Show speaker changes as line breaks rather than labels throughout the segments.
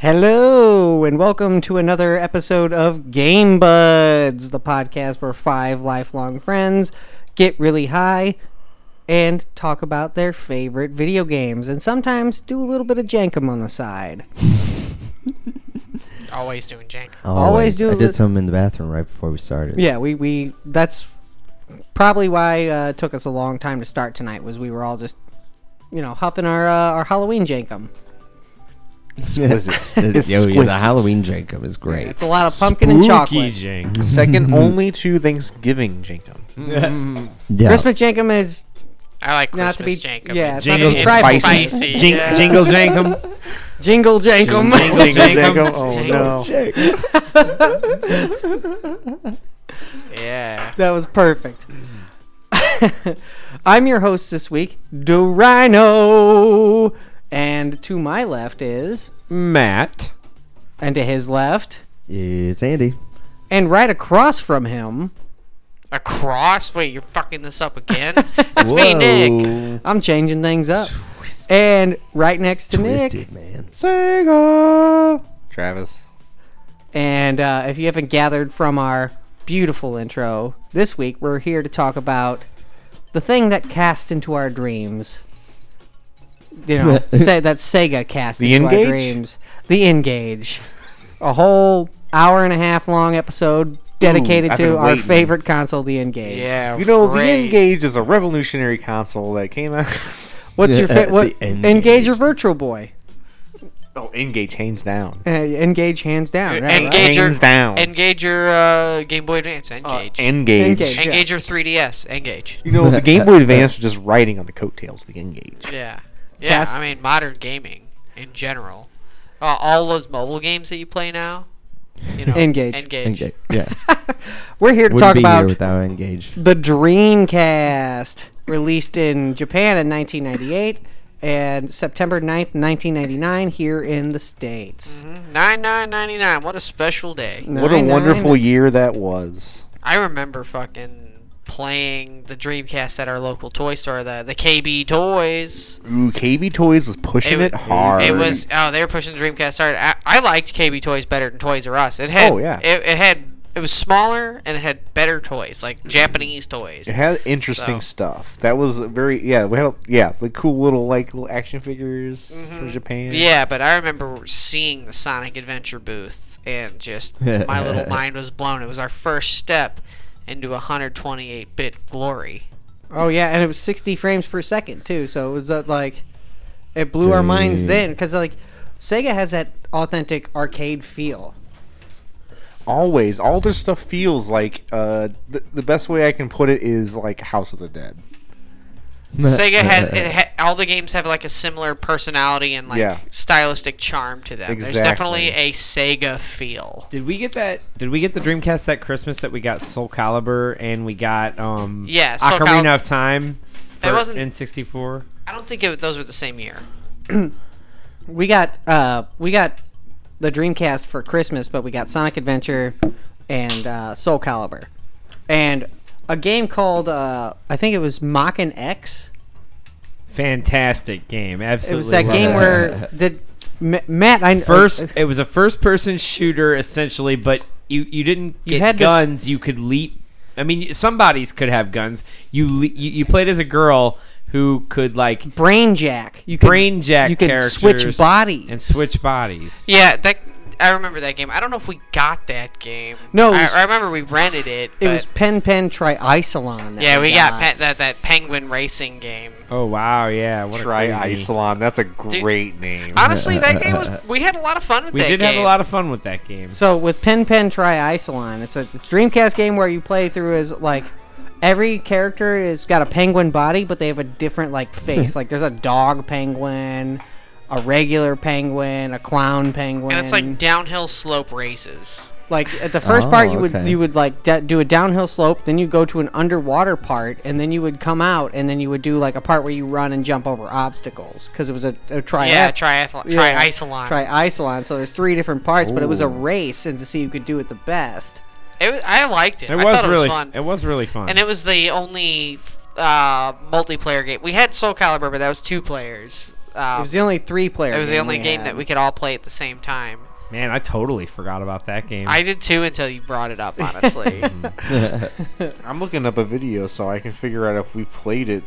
Hello, and welcome to another episode of Game Buds, the podcast where five lifelong friends get really high and talk about their favorite video games and sometimes do a little bit of jankum on the side.
Always doing jank.
Always do
Oh, I
the-
did some in the bathroom right before we started.
Yeah, we, we that's probably why uh, it took us a long time to start tonight was we were all just you know huffing our uh, our Halloween jankum.
exquisite. yeah, yeah,
Exquisite.
the Halloween Jacob is great.
It's a lot of Uh, pumpkin and chocolate.
jank.
Second only to Thanksgiving Jinkum.
Yeah.
Christmas jankum is
I like
Not
Christmas
to be-
jankum.
yeah, it's
it's,
not
to be
it's
spicy.
spicy.
Jink,
yeah.
Jingle jankum.
jingle jankum.
Jingle
Jinkum. Oh
jankum.
Jinkum.
no.
Yeah.
That was perfect. I'm your host this week, Dorino. And to my left is,
Matt.
and to his left,
It's Andy.
and right across from him,
Across? Wait, you're fucking this up again? It's me, Nick.
Oh.
I'm changing things up. And right next to Nick,
Twisted, man.
Sega. Travis.
and uh, if you haven't gathered from our beautiful intro, this week we're here to talk about the thing that cast into our dreams. You know, say that Sega cast
The
into our
Engage?
dreams. The Engage, a whole hour and a half long episode dedicated
I've
to
been
our
waiting.
favorite console, the Engage.
Yeah.
You know, the
great.
Engage is a revolutionary console that came out.
What's your
Yeah,
uh,
fa- what?
the
Engage.
Engage.
or Virtual Boy?
oh, Engage hands down.
Uh, engage, hands down. Right, right?
Engage your,
Hands down.
engage your uh, Game Boy Advance. Engage.
Engage.
Engage.
engage your 3DS. Engage.
You know, E. the Game Boy Advance was just riding on the coattails of the Engage.
Yeah. Yeah,
Cast-
I mean, modern gaming in general. Uh, all those mobile games that you play now. You know,
Engage.
Engage.
Engage. Yeah.
We're here to
Wouldn't
talk
be here
about
without Engage.
The Dreamcast, released in Japan in 1998 and September 9th, 1999, here in the States.
9999. What a special day.
Mm-hmm. What a
Nine, nine,
wonderful
nine.
year that was.
I remember fucking playing the Dreamcast at our local toy store, the the KB Toys.
Ooh, KB Toys was pushing
It-
it, hard.
It was oh, they were pushing the Dreamcast hard. I, I liked KB Toys better than Toys R Us. It had
Oh, yeah.
it, it had it was smaller and it had better toys, like Japanese toys.
It had interesting
So-
stuff. That was very yeah. We had a, yeah the cool little like little action figures from Japan.
Mm-hmm. Yeah, but I remember seeing the Sonic Adventure booth and just my little mind was blown. It was our first step into 128-bit glory.
Oh, yeah, and it was 60 frames per second, too. So it was uh, like, it blew our minds then because, like, Sega has that authentic arcade feel.
Always, all their stuff feels like uh the, the best way I can put it is like House of the Dead.
Sega has it ha- all the games have like a similar personality and like
Yeah.
stylistic charm to them. There's
Exactly.
definitely a Sega feel.
Did we get that? Did we get the Dreamcast that Christmas that we got Soul Calibur and we got um
Yeah, Soul
Ocarina
Calib-
of Time.
It wasn't-
in '64.
I don't think it, those were the same year.
We got, uh, we got the Dreamcast for Christmas, but we got Sonic Adventure and uh, Soul Calibur. And a game called, uh, I think it was Mockin' X.
Fantastic game. Absolutely.
It was that
love
game
it.
where did Ma- Matt? I uh,
first it was a first person shooder essentially but you you didn't get
had this-
guns you could leap i mean somebody's could have guns you le- you, you played as a girl who could like
Brain Jack. You could,
brain jack
You could
characters
switch bodies
and switch bodies
Yeah, that I remember that game. I don't know if we got that game.
No, it
I,
was-
I remember we rented it.
It was
but-
Pen Pen Triicelon. that
yeah, we
got
got pe- that that penguin racing game.
oh wow yeah what
Try
a crazy.
Isilon. That's a great name.
Honestly, that game was. We had a lot of fun with
we
that
did
game.
have a lot of fun with that game
So with Pen Pen Triicelon, it's a Dreamcast game where you play through as like every character is got a penguin body, but they have a different like face. like there's a dog penguin, a regular penguin, a clown penguin,
and it's like downhill slope races.
Like at the first part,
Oh,
you would
okay.
you would like de- do a downhill slope, then you go to an underwater part, and then you would come out, and then you would do like a part where you run and jump over obstacles because it was a, a triathlon.
Yeah, triathlon, triathlon.
Triathlon. So there's three different parts, but it was a race, and to see who could do it the best.
it was, I liked it.
it
I
was
thought it
really
was fun.
it was really fun
And it was the only uh, multiplayer game. We had Soul Calibur, but that was two players. Um,
It was the only three player.
it was the only game that we could all play at the same
Hmm.
time.
Man, I totally forgot about that game.
I did too until you brought it up, honestly.
Mm-hmm.
I'm looking up a video so I can figure out if we played it.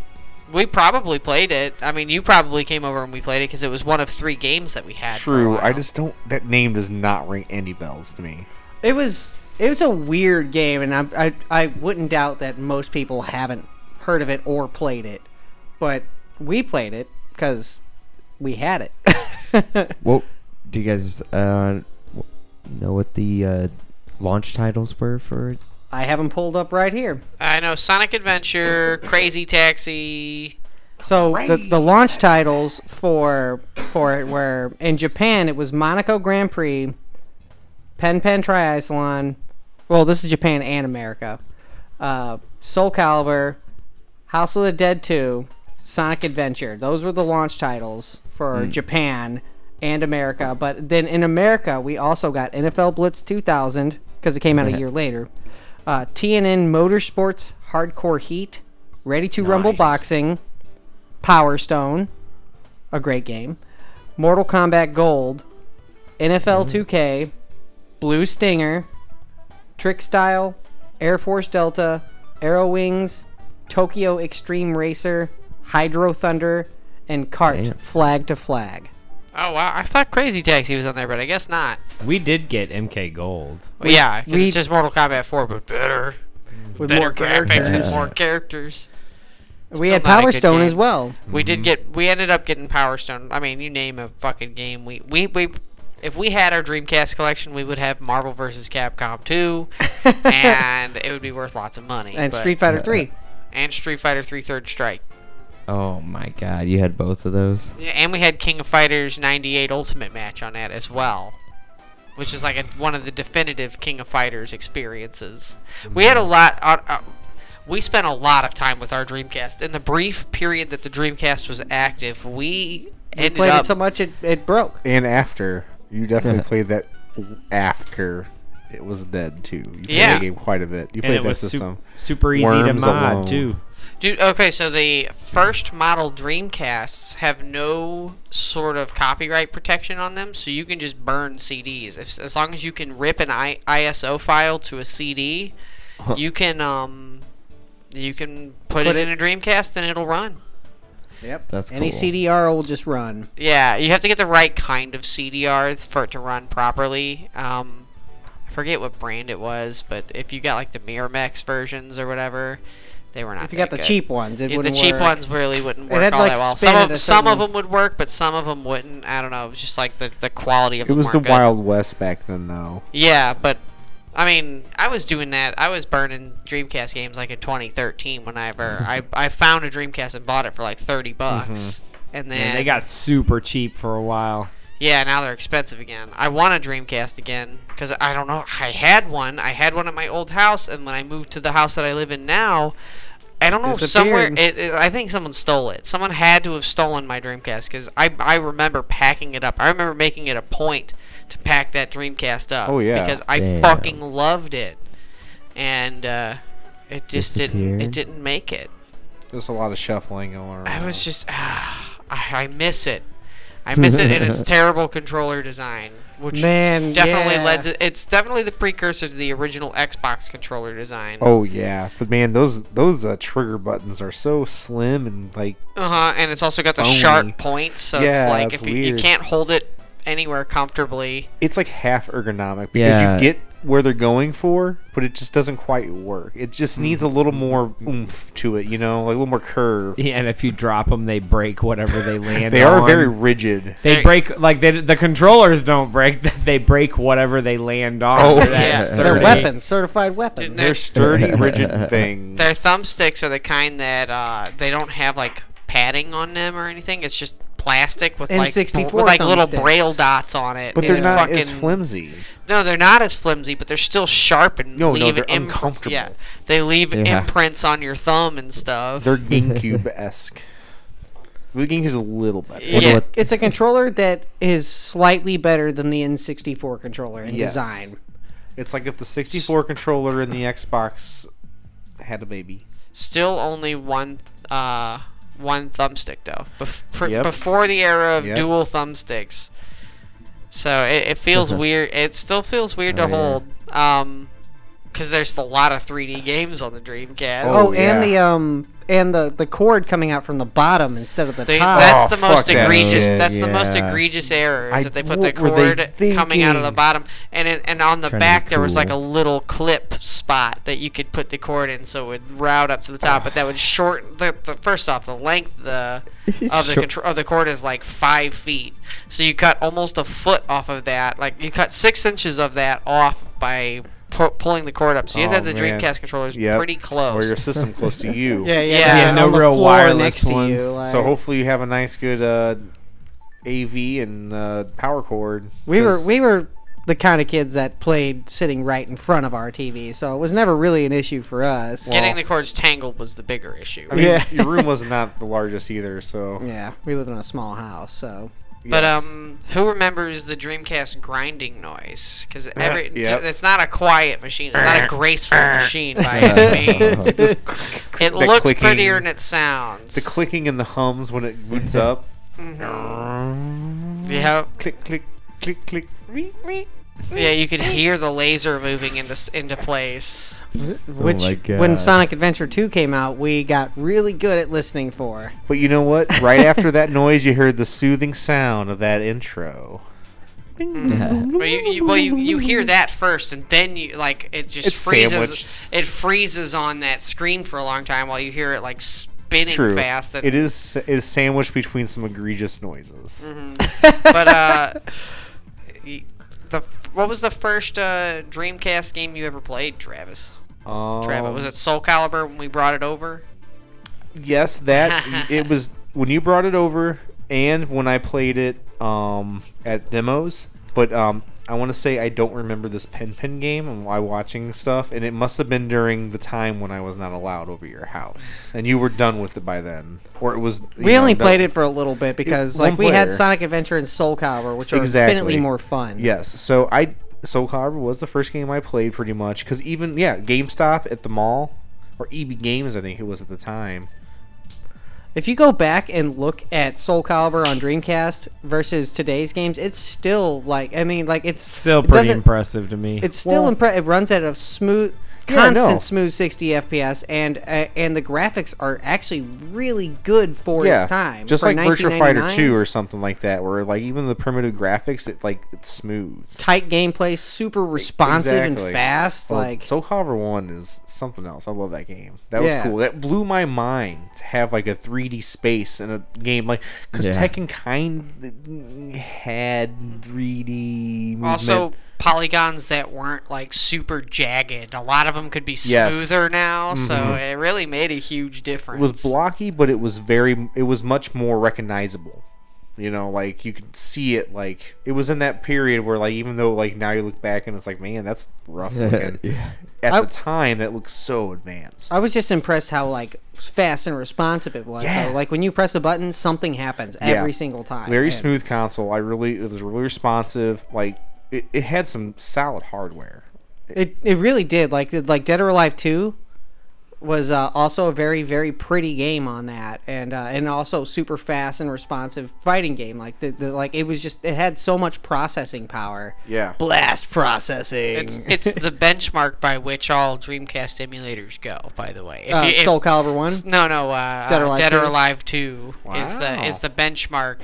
we probably played it. I mean, you probably came over and we played it because it was one of three games that we had. for a
True. I
while.
just don't. That name does not ring any bells to me.
It was it was a weird game, and I, I I wouldn't doubt that most people haven't heard of it or played it, but we played it because we had it.
Well, do you guys uh, w- know what the uh, launch titles were for it?
I have them pulled up right here.
I know Sonic Adventure, Crazy Taxi.
So the, the launch titles for for it were in Japan it was Monaco Grand Prix, Pen Pen Triathlon. Well, this is Japan and America. Uh, Soul Calibur, House of the Dead 2, Sonic Adventure. Those were the launch titles for Japan and America. But then in America, we also got NFL Blitz 2000 because it came out a year later. Uh, TNN Motorsports Hardcore Heat, Ready to Rumble Boxing, Power Stone, a great game, Mortal Kombat Gold, NFL
Mm-hmm.
2K, Blue Stinger, Trick Style, Air Force Delta, Arrow Wings, Tokyo Extreme Racer, Hydro Thunder, and Kart
Damn.
Flag to Flag.
Oh wow, I thought Crazy Taxi was on there, but I guess not.
we did get MK Gold.
Well, yeah, 'cause
we-
it's just Mortal Kombat 4, but better,
With
better
more
graphics
characters.
and more characters.
We
Still
had
not a
Power
good
Stone as
game.
well.
We did get. We ended up getting Power Stone. I mean, you name a fucking game. We we we. If we had our Dreamcast collection, we would have Marvel vs. Capcom 2, and it would be worth lots of money.
And
but-
Street Fighter 3.
and Street Fighter 3 Third Strike.
Oh my god, you had both of those?
Yeah, and we had King of Fighters 98 Ultimate Match on that as well, which is like a, one of the definitive King of Fighters experiences. We
Mm-hmm.
had a lot. On, uh, we spent a lot of time with our Dreamcast. In the brief period that the Dreamcast was active, we ended
Played
up.
it so much it, it broke.
And after you definitely played that after it was dead too. You played
Yeah.
that game quite a bit. You
And
played
it
that
was
system.
su- super easy to
Worms
mod,
alone.
too.
Dude, okay, so the first model Dreamcasts have no sort of copyright protection on them, so you can just burn CDs. If, as long as you can rip an I- ISO file to a CD, you can um, you can put, it, in a Dreamcast and it'll run.
Yep.
That's
Any
cool.
CDR will just run.
Yeah, you have to get the right kind of CDR for it to run properly. Um, I forget what brand it was, but if you got like the Miramax versions or whatever, they were not.
If you got
that
the
good.
cheap ones, it
Yeah, the
wouldn't
cheap
work.
ones really wouldn't
It
work
had,
all
like,
that well.
spin
Some
at
of,
a
some of
certain-
them would work, but some of them wouldn't. I don't know. It was just like the, the quality of
It was the
weren't good.
Wild West back then, though.
Yeah, but I mean, I was doing that. I was burning Dreamcast games like in 2013 whenever I I found a Dreamcast and bought it for like 30
Mm-hmm.
bucks. And then
And they got super cheap for a while.
yeah, now they're expensive again. I want a Dreamcast again because I don't know. I had one. I had one at my old house, and when I moved to the house that I live in now, I don't know. Somewhere,
Disappeared.
it, it- I think someone stole it. Someone had to have stolen my Dreamcast because I I remember packing it up. I remember making it a point to pack that Dreamcast up.
Oh, yeah.
because I
Damn.
fucking loved it, and uh, it just didn't it
Disappeared.
didn't make it.
There's a lot of shuffling going around.
I was just, ah, I, I miss it. I miss it in its terrible controller design, which
Man,
definitely
yeah.
led to. It's definitely the precursor to the original Xbox controller design.
Oh yeah, but man, those those uh, trigger buttons are so slim and like
Uh huh. And it's also got the
Bony.
sharp points, so
Yeah,
it's like
that's
if you, you
weird.
can't hold it anywhere comfortably.
it's like half ergonomic because
Yeah.
you get where they're going for, but it just doesn't quite work. It just
Mm.
needs a little more oomph to it, you know, like a little more curve.
Yeah, and if you drop them, they break whatever they land
They are
on.
very rigid.
They
They-
break like they, the controllers don't break. They break whatever they land on.
Oh,
That's
yeah. They're
They're
sturdy.
weapons, certified weapons.
They're-
They're sturdy, rigid things.
Their thumbsticks are the kind that uh, they don't have like padding on them or anything. It's just plastic with like
N64
with like little
thumbsticks.
braille dots on it.
but
and
they're
it
not
fucking,
as flimsy.
No, they're not as flimsy, but they're still sharp and
No, no,
leave
they're
imp-
uncomfortable.
Yeah, they leave
Yeah.
imprints on your thumb and stuff.
They're GameCube esque. The GameCube's a little better.
Yeah.
Wonder what
It's a controller that is slightly better than the N64 controller in
Yes.
design.
It's like if the 64 controller and the Xbox had a baby.
Still only one th- uh one thumbstick though. Bef- for,
Yep.
Before the era of
Yep.
dual thumbsticks, so it, it feels
Okay.
weird. It still feels weird
Oh,
to
yeah.
hold. Um, because there's a lot of 3D games on the Dreamcast.
Oh,
Oh,
and
yeah.
the um and the the cord coming out from the bottom instead of the
They,
top.
that-
that's
Oh,
the most
fuck that
egregious.
shit,
that's the most
yeah.
egregious error
I-
is that they put the
what were
cord
they
coming out of the
thinking?
bottom, and it, and on the
Trying to
back
be
there was like a
cool.
little clip spot that you could put the cord in, so it would route up to the top, but that would shorten the, the first off the length of the of the
Sure.
contr- of the cord is like five feet, so you cut almost a foot off of that. Like you cut six inches of that off by pu- pulling the cord up. So you have
Oh,
to have the
man.
Dreamcast controllers
Yep.
pretty
or
close.
your system close to you.
yeah, yeah,
Yeah,
on
no
the
real
floor
wireless
next to
ones.
you. Like,
So hopefully you have a nice good uh, AV and uh, power cord.
we were
'cause-
we were the kind of kids that played sitting right in front of our TV, so it was never really an issue for us.
Getting the cords tangled was the bigger issue.
I mean,
Yeah.
your room was not the largest either, so
yeah, we lived in a small house, so
But
yes.
um, who remembers the Dreamcast grinding noise? Because every t-
Yep.
it's not a quiet machine. It's not a graceful machine by any means. It looks
clicking-
prettier than it sounds.
the clicking and the hums when it boots up,
Yeah,
click click click click. Wee, wee.
yeah, you could hear the laser moving into s- into place.
oh my
which when
God.
Sonic Adventure 2 came out, we got really good at listening for.
But you know what? Right after that noise, you heard the soothing sound of that intro.
But you, you, well, you, you hear that first, and then you like it just
It's
freezes.
sandwiched.
It freezes on that screen for a long time while you hear it like spinning
True,
fast. And,
it is it is sandwiched between some egregious noises.
Mm-hmm. but uh, y- the f- what was the first uh, Dreamcast game you ever played, Travis?
Um,
Travis, was it Soul Calibur when we brought it over?
Yes, that it was when you brought it over, and when I played it um, at demos. But um, I want to say I don't remember this pin pin game and why watching stuff, and it must have been during the time when I was not allowed over your house, and you were done with it by then, or it was.
We only played it for a little bit because
one
like we had
player.
Sonic Adventure and Soul Calibur, which are
Exactly.
infinitely more fun.
Yes, so I Soul Calibur was the first game I played pretty much because even yeah, GameStop at the mall or EB Games I think it was at the time.
If you go back and look at Soul Calibur on Dreamcast versus today's games, it's still like I mean, like it's
Still
it
pretty
doesn't-
impressive to me.
It's still
Well-
impre- It runs at a smooth,
Yeah, I know.
constant smooth 60 FPS, and uh, and the graphics are actually really good for its time.
Just
For
like Virtua Fighter
1999,
2 or something like that, where like even the primitive graphics, it like it's smooth.
tight gameplay, super responsive
E-, Exactly.
and fast.
Well,
like
Soul Calibur 1 is something else. I love that game. That
Yeah.
was cool. That blew my mind to have like a 3D space in a game like because
Yeah.
Tekken kind mm, had 3D. Movement.
Also, polygons that weren't like super jagged. A lot of them could be
Yes. Mm-hmm.
smoother now, so it really made a huge difference.
it was blocky, but it was very. It was much more recognizable. You know, like you could see it. Like it was in that period where, like, even though like now you look back and it's like, man, that's rough. looking.
yeah.
at
I-
the time that looks so advanced.
I was just impressed how like fast and responsive it was.
Yeah.
So like when you press a button, something happens every single time.
Very
And-
smooth console. I really it was really responsive. Like it, it had some solid hardware.
It it really did. Like like Dead or Alive two was uh, also a very very pretty game on that, and uh, and also super fast and responsive fighting game. Like the, the like it was just it had so much processing power.
Yeah.
Blast processing.
It's it's the benchmark by which all Dreamcast emulators go. By the way, if
uh,
you- if-
Soul Calibur one.
S- No, no.
Dead
Uh, Dead
or Alive
or Alive, Dead
2?
or Alive Two is the
Wow.
is the benchmark.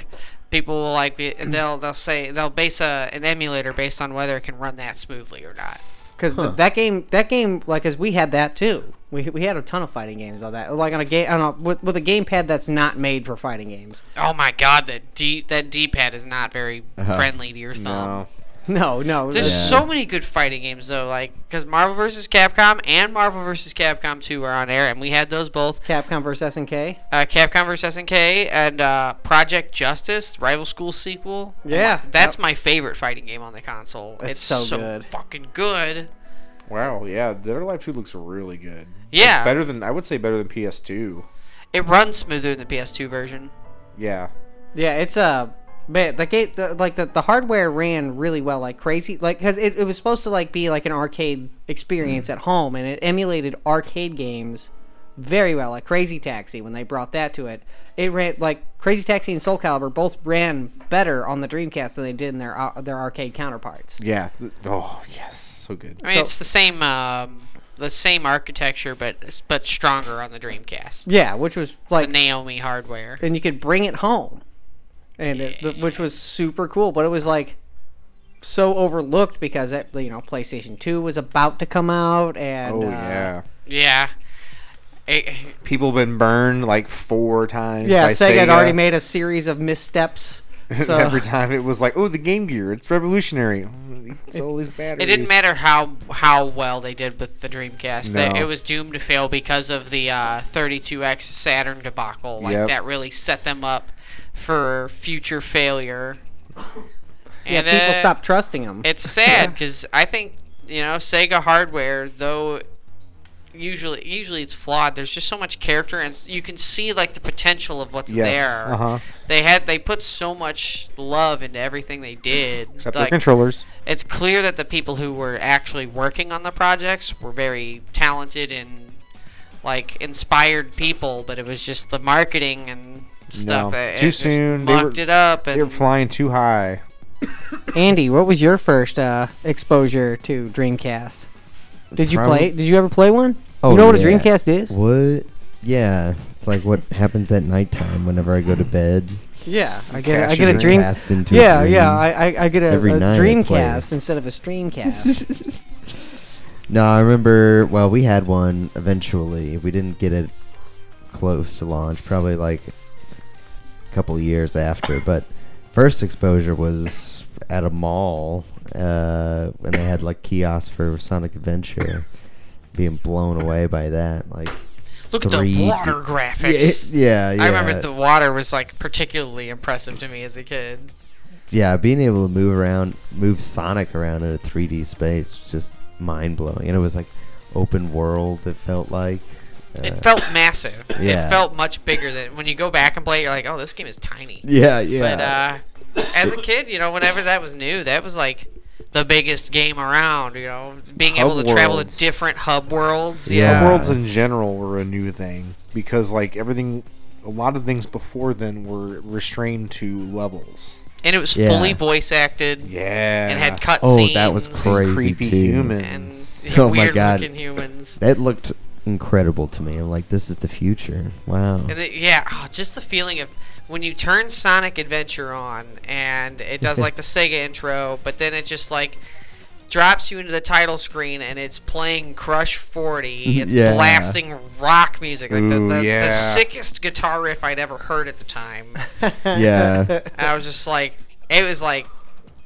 People will like it- and they'll they'll say they'll base a, an emulator based on whether it can run that smoothly or not.
because that game that game like as we had that too we, we had a ton of fighting games on that like on a game on a with, with a gamepad that's not made for fighting games
Oh my God, that D that D pad is not very friendly to your thumb.
No.
no no
There's
that's-
so many good fighting games though, like because Marvel vs. Capcom and Marvel vs. Capcom 2 are on air, and we had those both.
capcom versus snk
uh, Capcom vs. SNK and uh, Project Justice, Rival School sequel.
Yeah.
that's my favorite fighting game on the console. It's,
so
so,
good.
fucking good.
Wow. Yeah. Dead or Alive Two looks really good.
Yeah.
It's better than I would say better than PS2.
It runs smoother than the PS2 version.
Yeah.
yeah it's a uh, man the game the, like the, the hardware ran really well like crazy like because it, it was supposed to like be like an arcade experience at home and it emulated arcade games very well at Crazy Taxi when they brought that to it. It ran like Crazy Taxi and Soul Calibur both ran better on the Dreamcast than they did in their uh, their arcade counterparts.
Yeah. th- Oh yes, so good.
I mean, it's the same um, the same architecture, but but stronger on the Dreamcast.
Yeah, which was
Like
like
the Naomi hardware.
and you could bring it home, and it, the, which was super cool. But it was like so overlooked because it, you know PlayStation Two was about to come out, and
Oh
uh,
yeah.
Yeah. It-
People been burned like four times.
yeah,
by
Sega had already made a series of missteps. So
Every time it was like, oh, the Game Gear, it's revolutionary. Oh, It's all these batteries.
it didn't matter how how well they did with the Dreamcast. That
No.
It was doomed to fail because of the uh, 32X Saturn debacle. Like
Yep.
that really set them up for future failure.
yeah,
And,
people
uh,
stopped trusting them.
It's sad because I think you know Sega hardware, though. Usually, usually it's flawed. There's just so much character, and s- you can see like the potential of what's
Yes,
there.
uh-huh.
They had they put so much love into everything they did.
Except their
like,
controllers.
it's clear that the people who were actually working on the projects were very talented and like inspired people, but it was just the marketing and stuff.
No,
that it
too
just
soon. They were-
Mucked it up, and
They were flying too high.
Andy, what was your first uh, exposure to Dreamcast? Did you
Probably-
play? Did you ever play one?
Oh,
you know what a
yeah.
Dreamcast is?
What? Yeah, it's like what happens at nighttime whenever I go to bed.
Yeah, I get a, I
Cash
get a
in
dream.
Cast into a
Yeah,
dream.
yeah, I, I, I get a,
Every
a
night I play
Dreamcast
it.
instead of a Streamcast.
No, I remember. Well, we had one eventually. We didn't get it close to launch. Probably like a couple years after. But first exposure was at a mall uh, when they had like kiosks for Sonic Adventure. Being blown away by that, like
look at the
3D
water graphics.
yeah, yeah.
I remember the water was like particularly impressive to me as a kid.
yeah, being able to move around, move Sonic around in a 3D space was just mind blowing. And it was like open world. It felt like.
Uh,
It felt massive. It
yeah.
felt much bigger than when you go back and play. it, You're like, oh, this game is tiny.
Yeah, yeah.
But uh, as a kid, you know, whenever that was new, that was like the biggest game around. You know, being able to
Hub
travel to
worlds.
different hub worlds. Yeah.
Yeah.
Worlds in general were a new thing because like everything, a lot of things before then were restrained to levels.
and it was
Yeah.
fully voice acted.
Yeah.
and had cutscenes.
Oh, that was crazy.
creepy
too.
And
humans.
Oh my
weird
God.
looking humans.
That looked incredible to me. I'm like, this is the future. Wow.
And it- yeah, oh, just the feeling of when you turn Sonic Adventure on and it does like the Sega intro, but then it just like drops you into the title screen and it's playing Crush 40. It's
Yeah.
blasting rock music, like the,
Mm-hmm, Ooh,
the,
yeah.
the sickest guitar riff I'd ever heard at the time.
Yeah.
and I was just like, it was like.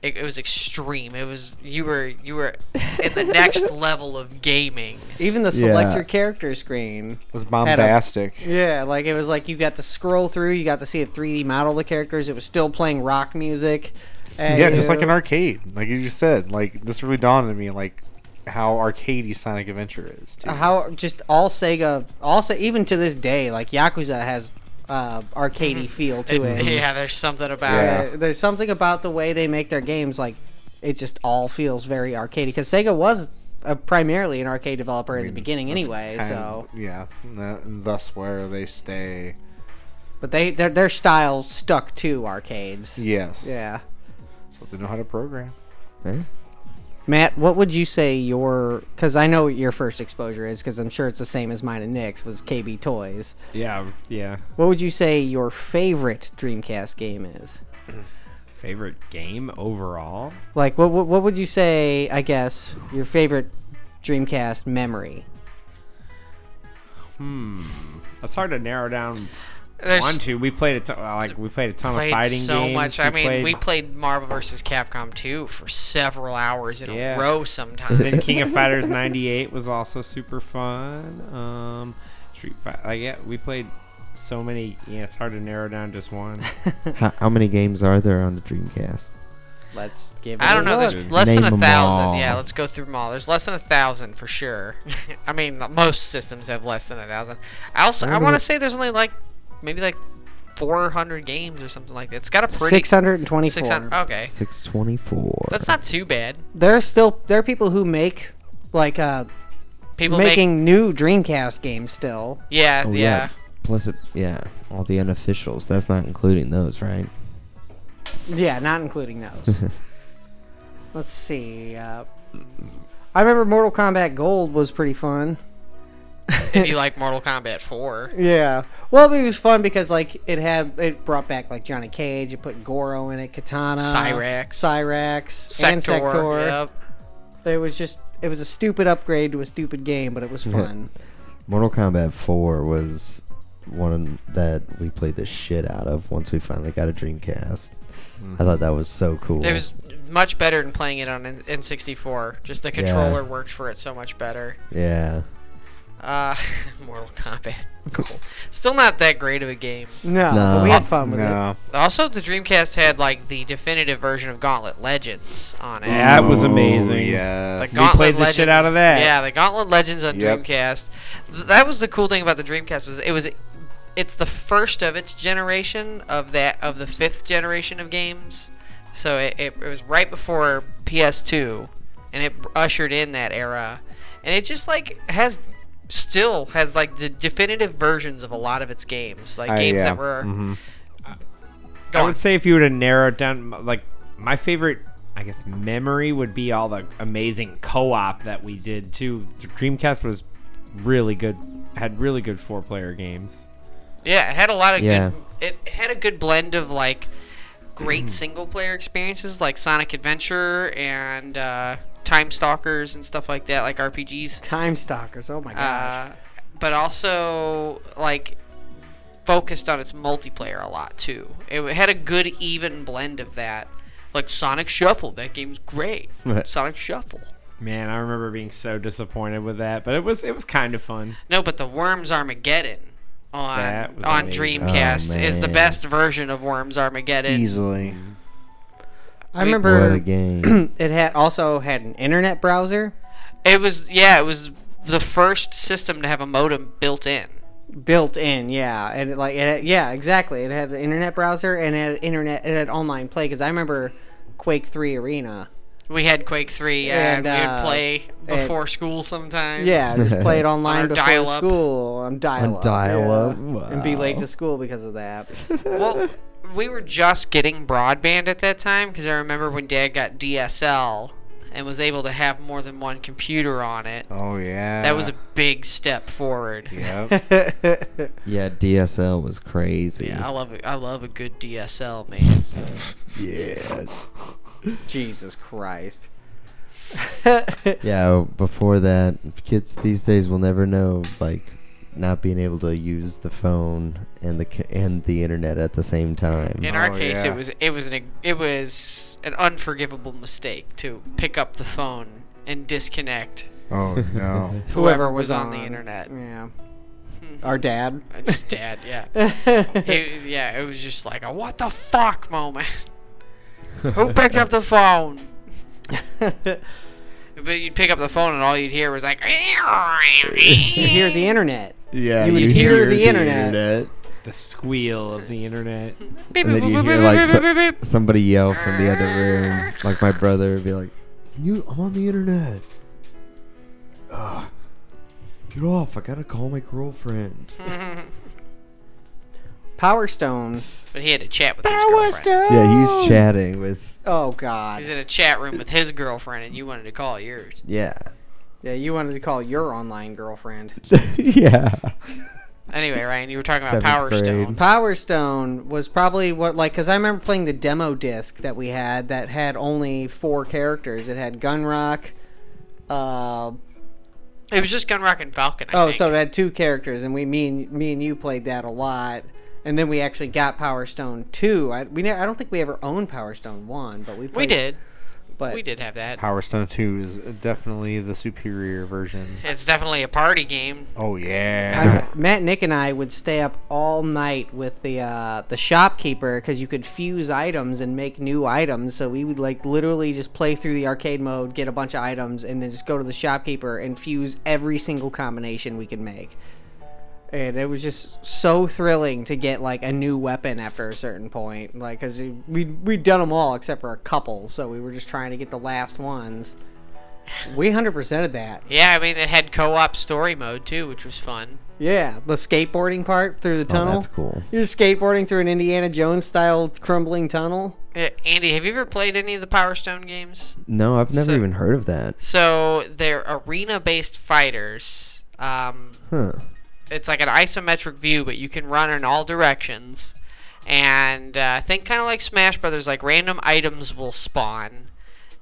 It, it was extreme. It was you were you were in the next level of gaming.
Even the select
Yeah.
your character screen.
It was bombastic.
Yeah, like it was like you got to scroll through, you got to see a 3D model of the characters. It was still playing rock music. at
Yeah, just like
you.
an arcade. Like you just said, like this really dawned on me, like how arcadey Sonic Adventure is. Too.
how just all Sega, all Se- even to this day, like Yakuza has uh, arcadey feel to it.
Yeah, there's something about
Yeah.
it.
Uh, there's something about the way they make their games like it just all feels very arcadey because Sega was uh, primarily an arcade developer in the beginning anyway.
Kind
So,
of- yeah, and that- and thus where they stay.
but they their their style stuck to arcades.
Yes,
Yeah.
That's what they know how to program.
Eh?
Matt, what would you say your? Because I know what your first exposure is, because I'm sure it's the same as mine and Nick's was KB Toys.
Yeah, yeah.
What would you say your favorite Dreamcast game is?
Favorite game overall?
Like, what what, what would you say? I guess your favorite Dreamcast memory.
That's hard to narrow down.
There's
one, two. We played a ton, like we played a ton
played
of fighting
so
games.
much. I mean,
played
we played Marvel vs. Capcom 2 for several hours in
Yeah.
a row
Then
sometimes.
King of Fighters '98 was also super fun. Um, Street Fighter, like yeah, we played so many. Yeah, it's hard to narrow down just one.
How, how many games are there on the Dreamcast?
Let's give. It
I don't
a
know.
look.
There's less than
Name
a
'em
thousand.
all.
Yeah, let's go through them all. There's less than a thousand for sure. I mean, most systems have less than a thousand. I also I want to say there's only like maybe like 400 games or something like that. It's got a pretty
624.
600 Okay,
624.
that's not too bad.
There are still there are people who make like uh
People make
making new Dreamcast games still.
yeah,
Oh,
yeah.
Plus, it, yeah, all the unofficials. That's not including those, right?
Yeah, not including those. Let's see. Uh, I remember Mortal Kombat Gold was pretty fun.
if you like Mortal Kombat 4.
Yeah. Well, it was fun because like it had it brought back like Johnny Cage. It put Goro in it, Katana,
Cyrax.
Cyrax,
Sector,
Uh, and Sector.
Yep.
It was just it was a stupid upgrade to a stupid game, but it was fun.
Mortal Kombat 4 was one that we played the shit out of once we finally got a Dreamcast. I thought that was so cool.
It was much better than playing it on N- N64. Just the controller works for it so much better.
yeah.
Uh, Mortal Kombat. Cool. Still not that great of a game.
no,
No.
but we had fun with it.
No.
Also, the Dreamcast had like the definitive version of Gauntlet Legends on it.
That
Oh,
was
Oh,
amazing.
Yeah.
The
We played Uh, the shit out of that.
Yeah, the Gauntlet Legends on
Yep.
Dreamcast. Th- That was the cool thing about the Dreamcast was it was it's the first of its generation of that of the fifth generation of games. So it, it, it was right before PS2 and it ushered in that era. And it just like has still has like the definitive versions of a lot of its games, like
Uh,
games
yeah.
that were
Mm-hmm.
Go
I
on.
would say if you were to narrow it down, m- like my favorite, I guess, memory would be all the amazing co-op that we did too. The Dreamcast was really good, had really good four-player games.
Yeah, it had a lot of
Yeah.
good. It had a good blend of like great single player experiences like Sonic Adventure and uh, Time Stalkers and stuff like that, like RPGs.
Time Stalkers. Oh my god.
Uh, but also like focused on its multiplayer a lot too. It had a good even blend of that. Like Sonic Shuffle, that game's great. Sonic Shuffle.
Man, I remember being so disappointed with that, but it was it was kind of fun.
No, but the Worms Armageddon on
That was
on
amazing.
Dreamcast is the
man.
best version of Worms Armageddon.
Easily.
Mm.
I
we-
What a
remember
game.
it had also had an internet browser
It was yeah, it was the first system to have a modem built in.
built in. Yeah, and it, like it, yeah, exactly. It had an internet browser and it had internet. It had online play because I remember Quake Three Arena.
We had Quake Three, yeah,
And,
and, we
uh,
would play before school sometimes.
Yeah, just play it online
our
before
dial-up.
school on dial up.
dial-up,
And be late
wow.
to school because of that.
Well, we were just getting broadband at that time because I remember when Dad got DSL and was able to have more than one computer on it.
Oh yeah.
That was a big step forward.
Yep.
Yeah, DSL was crazy.
I love it. I love a good DSL, man.
Yes.
Jesus Christ.
Yeah, before that, kids these days will never know like not being able to use the phone and the c- and the internet at the same time.
In our
Oh,
case,
yeah.
it was it was an it was an unforgivable mistake to pick up the phone and disconnect
oh no.
whoever was on the internet.
Yeah. Our dad.
Uh, Just dad, yeah. it was, yeah, it was just like a what the fuck moment. Who picked up the phone? but you'd pick up the phone and all you'd hear was like.
You hear the internet.
Yeah,
You would you hear hear the the internet.
The squeal of the internet.
And then you hear like so- somebody yell from the other room, like my brother would be like, "You, I'm on the internet. Ugh. get off! I gotta call my girlfriend."
Power Stone.
But he had a chat with his girlfriend.
yeah, he's chatting with.
Oh,
He's
God.
in a chat room with his girlfriend, and you wanted to call yours.
Yeah,
Yeah, you wanted to call your online girlfriend.
yeah.
Anyway, Ryan, you were talking about
Seventh
Power
grade.
Stone.
Power Stone was probably what, like, because I remember playing the demo disc that we had that had only four characters. It had Gunrock. Uh,
It was just Gunrock and Falcon. I
oh,
think.
so it had two characters, and we, me and me and you played that a lot. And then we actually got Power Stone two. I we ne- I don't think we ever owned Power Stone one, but we
we
played,
did.
But
We did have that.
Power Stone Two is definitely the superior version.
It's definitely a party game.
Oh
I
yeah.
remember Matt, Nick, and I would stay up all night with the uh, the shopkeeper because you could fuse items and make new items. So we would like literally just play through the arcade mode, get a bunch of items, and then just go to the shopkeeper and fuse every single combination we could make. And it was just so thrilling to get like a new weapon after a certain point, like because we we'd done them all except for a couple, so we were just trying to get the last ones. We hundred percent of that.
Yeah, I mean it had co-op story mode too, which was fun.
Yeah, the skateboarding part through the tunnel.
Oh, that's cool.
You're skateboarding through an Indiana Jones style crumbling tunnel.
Uh, Andy, have you ever played any of the Power Stone games?
No, I've never
So-
even heard of that.
So they're arena-based fighters. Um,
Huh.
it's like an isometric view, but you can run in all directions. And uh, think kind of like Smash Brothers, like random items will spawn,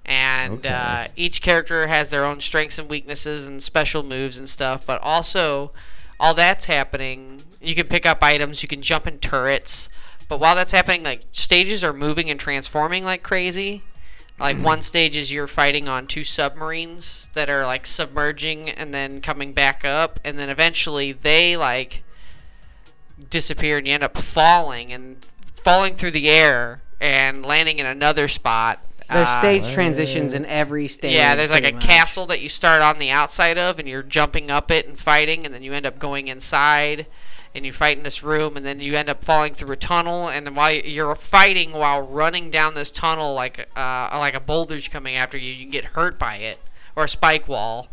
and uh, each character has their own strengths and weaknesses and special moves and stuff. But also, all that's happening, you can pick up items, you can jump in turrets. But while that's happening, like stages are moving and transforming like crazy. Like one stage is you're fighting on two submarines that are like submerging and then coming back up, and then eventually they like disappear and you end up falling and falling through the air and landing in another spot.
There's
Uh,
stage transitions in every stage.
yeah, there's like a
pretty much.
castle that you start on the outside of, and you're jumping up it and fighting, and then you end up going inside, and you fight in this room, and then you end up falling through a tunnel, and then while you're fighting while running down this tunnel, like uh, like a boulder's coming after you, you get hurt by it or a spike wall.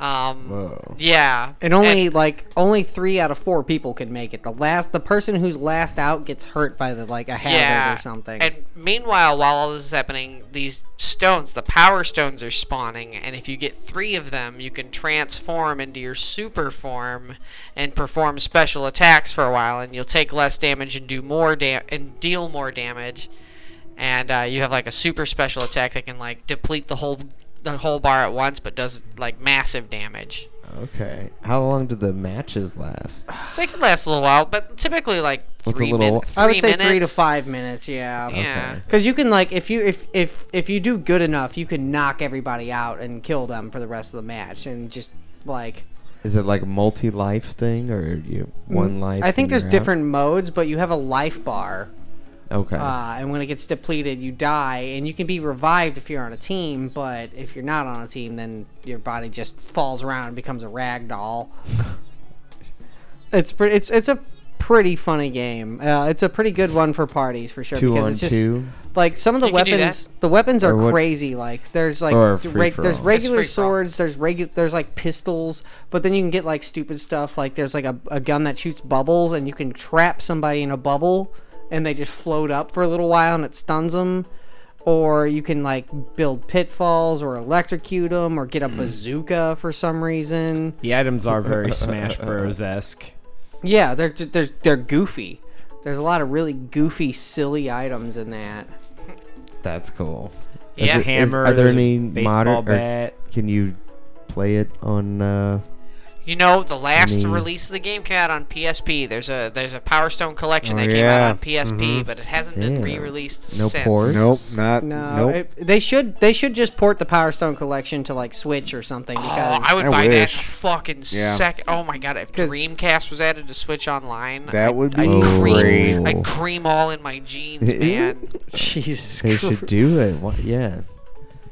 Um,
Whoa.
Yeah,
And only like only three out of four people can make it. The last, the person who's last out gets hurt by the like a hazard or something.
And meanwhile, while all this is happening, these stones, the power stones, are spawning. And if you get three of them, you can transform into your super form and perform special attacks for a while, and you'll take less damage and do more dam- and deal more damage. And uh, you have like a super special attack that can like deplete the whole the whole bar at once, but does like massive damage.
Okay. How long do the matches last?
They can last a little while, but typically like
What's a
three
little-
minutes.
I would say three to
minutes.
five minutes. Yeah.
Yeah.
Okay.
Because you can like if you if if if you do good enough, you can knock everybody out and kill them for the rest of the match and just like
Is it like a multi-life thing or you one life?
I think
and
there's
you're out?
different modes, but you have a life bar,
Okay.
uh, and when it gets depleted, you die, and you can be revived if you're on a team. But if you're not on a team, then your body just falls around and becomes a rag doll. it's pretty. It's it's a pretty funny game. Uh, it's a pretty good one for parties for sure.
two
because
on
it's just,
two.
like some of the
You can do
weapons the weapons are
Or what-
crazy like there's like
Or
d-
free
reg-
for
there's
all.
regular
It's free for all.
swords there's regular there's like pistols but then you can get like stupid stuff like there's like a, a gun that shoots bubbles and you can trap somebody in a bubble and they just float up for a little while and it stuns them or you can like build pitfalls or electrocute them or
Mm.
get a bazooka for some reason
The items are very Smash Bros esque.
yeah they're ju- they're, they're goofy there's a lot of really goofy silly items in that
That's cool.
Yeah,
it-
Hammer.
are there
there's a
any
baseball
modern? Or
bat?
can you play it on? Uh,
You know, the last
Any-
release of the GameCat on PSP. There's a there's a Power Stone collection
Oh,
that came out
yeah.
on
Mm-hmm.
PSP, but it hasn't been
Yeah.
re-released
No
since.
port?
Nope, not
No,
nope.
it- they should they should just port the Power Stone collection to like Switch or something
Oh,
because
I would
I
buy that
wish.
in a fucking
Yeah.
second. Oh my god, if
'Cause-
Dreamcast was added to Switch Online,
That
I'd-
would
I'd
be
cream,
great.
I'd cream all in my jeans, man.
Jesus
they
Christ.
should do it. What? Yeah.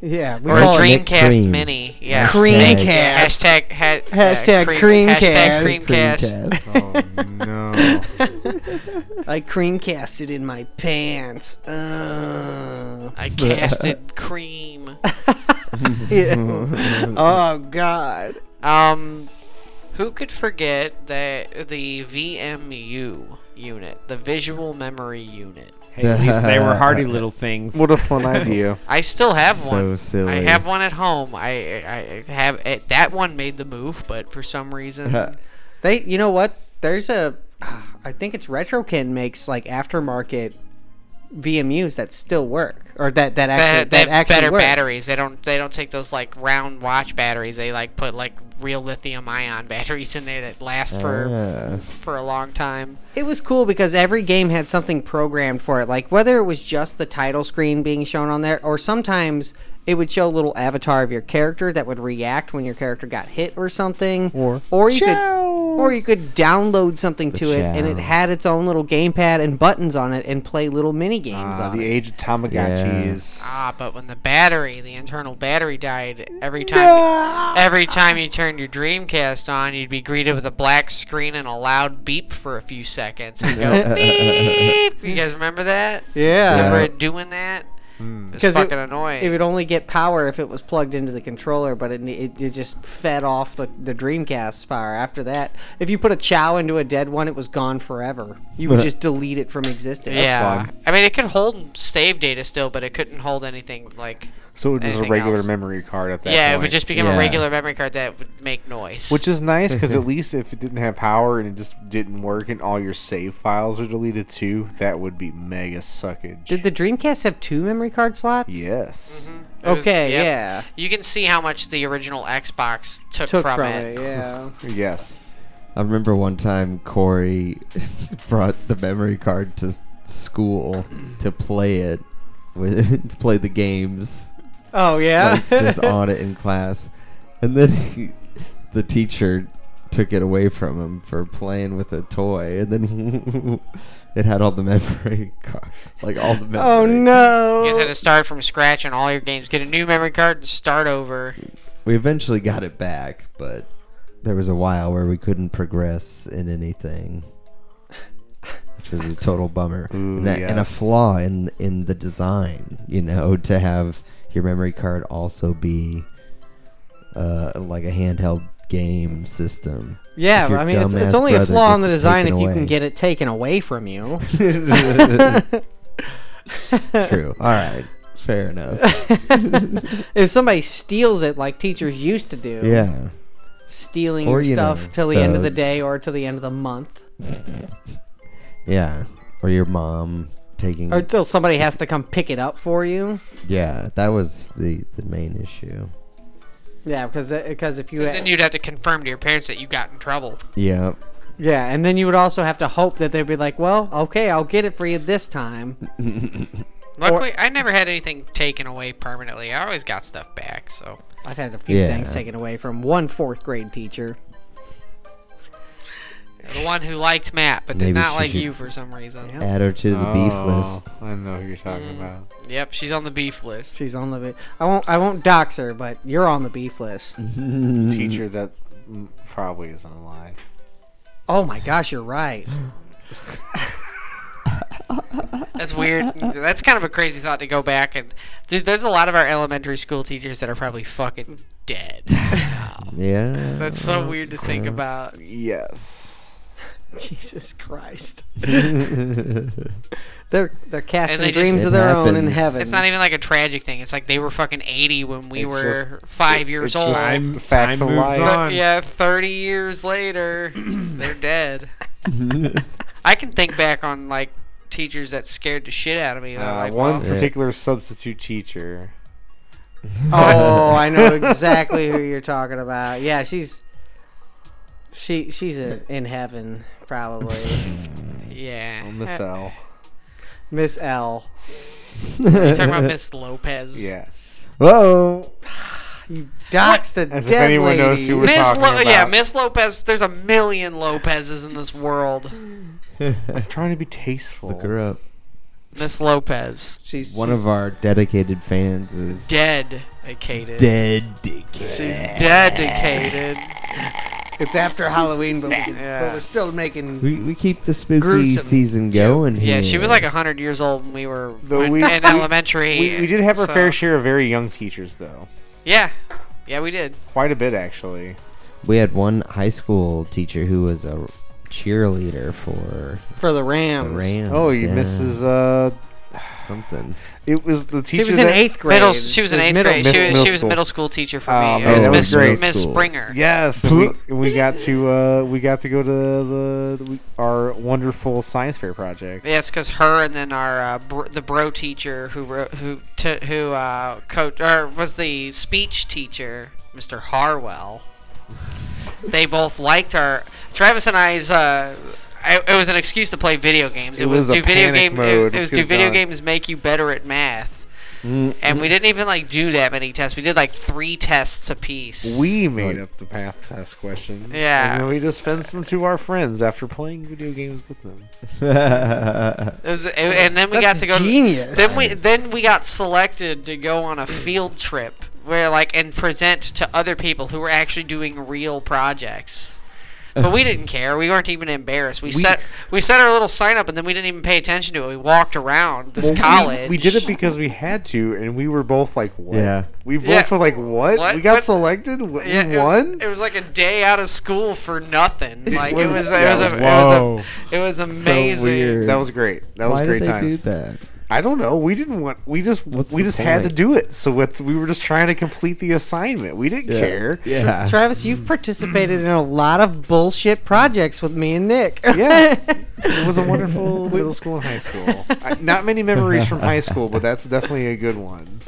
Yeah, we
Or a
call it
Nick
Dreamcast
Cream.
Mini, yeah.
Creamcast.
Hashtag ha-
Hashtag
uh, cream,
Creamcast.
Hashtag Creamcast.
Dreamcast.
Oh no.
I cream casted in my pants. Uh,
I casted cream.
yeah. oh God.
Um, who could forget that the VMU unit, the Visual Memory Unit?
Hey, at least they were hardy little things.
what a fun idea.
I still have
So
one.
silly.
I have one at home. I I I have it, that one made the move, but for some
Uh,
reason,
They, you know what? There's a, I think it's RetroKin makes like aftermarket VMUs that still work or that that actually that,
that, they have
actually
better
work.
batteries. They don't they don't take those like round watch batteries. They like put like real lithium ion batteries in there that last for
Yeah.
for a long time.
It was cool because every game had something programmed for it. Like whether it was just the title screen being shown on there, or sometimes it would show a little avatar of your character that would react when your character got hit or something. Or you could or you could download something to it, and it
chows.
had its own little gamepad and buttons on it, and play little mini games
Ah,
on
the
it.
age of Tamagotchis.
Ah, but when the battery, the internal battery died, every time every time you turned your Dreamcast on, you'd be greeted with a black screen and a loud beep for a few seconds. And go beep. You guys remember that?
Yeah.
Remember it doing that?
Hmm.
It's
Because
fucking
it,
annoying.
it would only get power if it was plugged into the controller, but it, it, it just fed off the, the Dreamcast's power. After that, if you put a Chow into a dead one, it was gone forever. You would just delete it from existence.
yeah,
fine.
I mean it could hold save data still, but it couldn't hold anything like.
So it was a
Anything
regular
else?
memory card at that
yeah,
point.
it would just become
Yeah.
a regular memory card that would make noise.
Which is nice because at least if it didn't have power and it just didn't work and all your save files are deleted too, that would be mega suckage.
Did the Dreamcast have two memory card slots?
yes.
Mm-hmm. It was-
Okay,
yep.
yeah.
You can see how much the original Xbox took,
Took
from,
from
it.
it, yeah.
Yes.
I remember one time Corey brought the memory card to s- school to play it, with, to play the games,
Oh, yeah?
like, just on it in class, and then he, the teacher took it away from him for playing with a toy, and then it had all the memory card, like all the memory.
oh, no.
You guys had to start from scratch on all your games, get a new memory card, and start over.
We eventually got it back, but there was a while where we couldn't progress in anything, which was a total bummer
Ooh,
and, a, and a
yes.
flaw in in the design. You know, to have your memory card also be uh, like a handheld game system.
Yeah,
If your
I mean, it's, it's
dumbass
only a
brother
flaw in
gets
the
it
design if
taken
you can
away.
get it taken away from you.
True. All right. Fair enough.
if somebody steals it, like teachers used to do,
Yeah.
stealing
Or,
your
you know,
stuff till the end of the
thugs.
day or till the end of the month,
Yeah. Or your mom taking.
or till somebody has to come pick it up for you.
yeah, that was the the main issue.
Yeah, because because if you
'Cause Then you'd have to confirm to your parents that you got in trouble.
Yeah.
yeah, and then you would also have to hope that they'd be like, well, okay, I'll get it for you this time.
Luckily, I never had anything taken away permanently. I always got stuff back. So
I've had a few
Yeah.
things taken away from one fourth grade teacher.
the one who liked Matt but
Maybe
did not
she
like
should-
you for some reason. Yep.
Add her to the
Oh.
beef list.
I know who you're talking about.
she's on the beef list.
She's on the. be- I won't. I won't dox her, but you're on the beef list.
Mm-hmm.
Teacher that mm, probably isn't alive.
Oh my gosh, you're right.
That's weird. That's kind of a crazy thought to go back and dude. There's a lot of our elementary school teachers that are probably fucking dead. now.
Yeah.
That's so weird to think about.
Yes.
Jesus Christ. they're they're casting
they just-
dreams
It
of their own in
happens.
heaven.
It's not even like a tragic thing. It's like they were fucking 80 when we
It's
were
just-
five
it-
years
it's
old.
just
Time,
The facts
time
of
moves
life.
Th-
on.
yeah, 30 years later, they're dead. I can think back on like teachers that scared the shit out of me.
Uh,
like,
one
well,
Yeah.
particular substitute teacher.
oh, I know exactly who you're talking about. Yeah, she's she she's a, in heaven probably.
yeah.
On Miss L.
Miss L.
You talking about Miss Lopez?
uh, Yeah.
Whoa.
Dox the
As if
dead
anyone
lady.
knows who we're
Miss
talking
Lo-
about.
yeah, Miss Lopez. There's a million Lopez's in this world.
I'm trying to be tasteful.
Look her up.
Miss Lopez,
she's
One
she's-
of our dedicated fans is
dead, dedicated.
dedicated.
She's dedicated.
It's after Halloween, but, we can, but
Yeah.
we're still making.
We, we keep the spooky
Gruesome
season going here.
Yeah, she was like hundred years old when we were
Though
when-
we-
in
we-
elementary.
We, we did have our
so-
fair share of very young teachers, though.
Yeah, yeah, we did.
Quite a bit, actually.
We had one high school teacher who was a cheerleader for
For the
the
Rams.
Rams.
Oh, you
yeah,
Mrs. Uh,
something.
it was the
She
teacher.
was in
that-
eighth grade.
Middle, she was in
It
eighth
middle-
grade.
mid-
she was, she
middle
was a
school.
middle school teacher for
Oh,
me.
man,
It was
that was
Miss,
great.
Miss
School.
Springer.
Yes, and we, and we got to uh, we got to go to the, the our wonderful science fair project.
Yes, because her and then our uh, br- the bro teacher who wrote, who t- who uh, coach or was the speech teacher, Mr. Harwell. They both liked our Travis and I's. Uh, I, it was an excuse to play video games. It,
It
was,
was a
do video
panic
game.
mode.
It, it was
Too
do video
dark.
games make you better at math.
Mm.
And we didn't even like do that many tests. We did like three tests apiece.
We
Oh,
made up the math test questions.
Yeah.
and then we just sent them to our friends after playing video games with them.
It was, and- and then we
That's
got to go.
genius.
Then we then we got selected to go on a field trip where like and present to other people who were actually doing real projects. But we didn't care. We weren't even embarrassed. We, set we set our little sign up, and then we didn't even pay attention to it. We walked around this
Well, we-
college.
We, did it because we had to, and we were both like, "What?"
Yeah.
We both
Yeah.
were like, "What?"
What?
We got
What?
selected. What?
Yeah,
we
it was,
won.
it was like a day out of school for nothing. Like it
was-
was,
yeah,
it was,
it
a,
was
it was,
whoa.
a, it was amazing.
weird.
that was great. That was
Why
great
did they
times.
do that?
I don't know. We didn't want. We just
What's
we
the
just had to
point?
do it. So it's, we were just trying to complete the assignment. We didn't care.
Yeah.
Travis, you've participated in a lot of bullshit projects with me and Nick.
Yeah. It was a wonderful middle school and high school. I, not many memories from high school, but that's definitely a good one.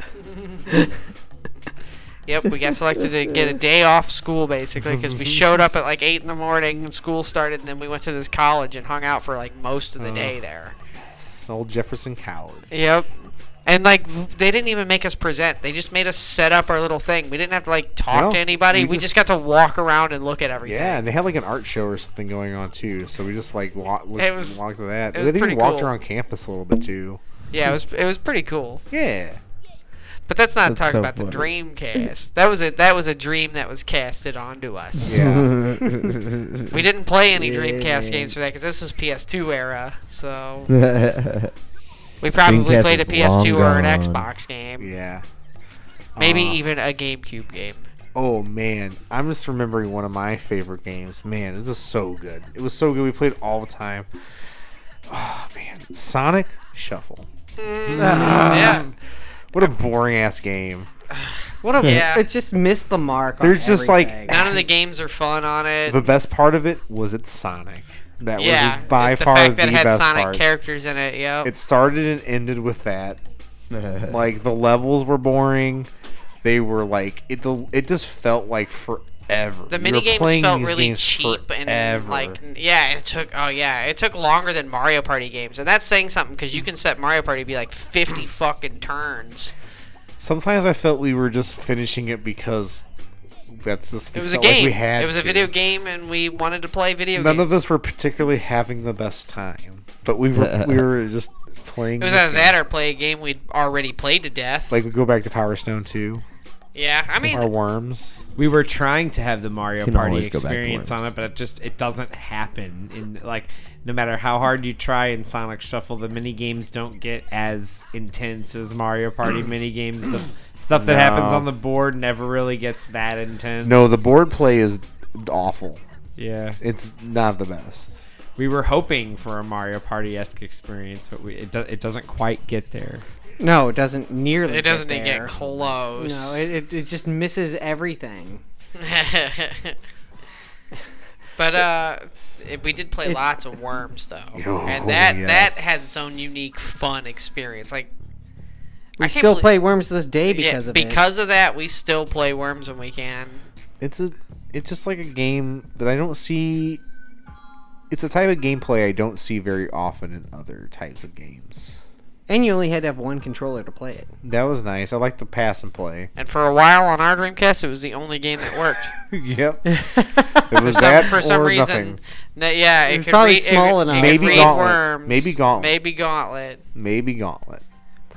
Yep, we got selected to get a day off school basically because we showed up at like eight in the morning and school started. And then we went to this college and hung out for like most of the day there.
Old Jefferson College.
Yep. And like w- they didn't even make us present. They just made us set up our little thing. We didn't have to like talk
No,
to anybody.
we
We, just,
just-
got to walk around and look at everything.
Yeah, and they had like an art show or something going on too. So we just like walked,
It was-
walked to that.
it was
they even
pretty
walked
cool.
around campus a little bit too.
Yeah, it was it was pretty cool.
Yeah.
But that's not
That's
talking
so
about the
funny.
dream cast. That was a that was a dream that was casted onto us.
Yeah.
We didn't play any Dreamcast games for that because this was PS2 era. So we probably
Dreamcast
played a
was long
PS2 or an
gone.
Xbox game,
yeah.
maybe
Uh,
even a GameCube game.
Oh man, I'm just remembering one of my favorite games. Man, this is so good. It was so good. We played all the time. Oh man, Sonic Shuffle.
Mm, yeah,
What a boring ass game.
What a
Yeah.
it just missed the mark. on
There's just, like,
everything.
none of the games are fun on it.
The best part of it was it's Sonic. That
yeah,
was by
the
far
fact that
the
it had
best
Sonic
part.
characters in it. Yep.
it started and ended with that. Like the levels were boring. They were like it. The it just felt like forever.
the
You
mini
were
games
playing
felt
these
really
games
cheap and
forever.
like n- yeah and it took oh yeah it took longer than mario party games and that's saying something because you can set mario party to be like 50 fucking turns
Sometimes I felt we were just finishing it because that's just.
it
we
was a
felt like
game
we had
it was a
to.
video game and we wanted to play video
None
games
of us were particularly having the best time, but we were we were just playing.
it was
this
either
game.
that or play a game we'd already played to death
Like we go back to Power Stone two.
yeah i mean
Our worms.
We were trying to have the Mario
Can
Party
always go back to
experience on
worms.
it, but it just it doesn't happen. In like, no matter how hard you try in Sonic Shuffle, the mini games don't get as intense as Mario Party mini games. The stuff that happens
No.
on the board never really gets that intense.
No, the board play is awful.
yeah.
It's not the best.
We were hoping for a Mario Party esque experience, but we, it do, it doesn't quite get there.
no, it doesn't nearly.
it doesn't even
there.
get
No,
close
it, it, it just misses everything.
but uh, it- we did play lots of worms though,
Oh,
and that
yes.
that had its own unique fun experience. Like
We
I can't
still
belie-
play Worms to this day
yeah,
because of it.
because of that, we still play worms when we can.
It's a it's just like a game that I don't see it's a type of gameplay I don't see very often in other types of games.
and you only had to have one controller to play it.
That was nice. I like the pass and play.
And for a while on our Dreamcast, it was the only game that worked.
yep. It was
Some-
that
for some
or
reason,
nothing.
n- yeah, it,
was
could
probably
read- it-
small
it
enough.
could
Maybe
read
Gauntlet.
worms,
Maybe Gauntlet.
maybe gauntlet.
Maybe Gauntlet.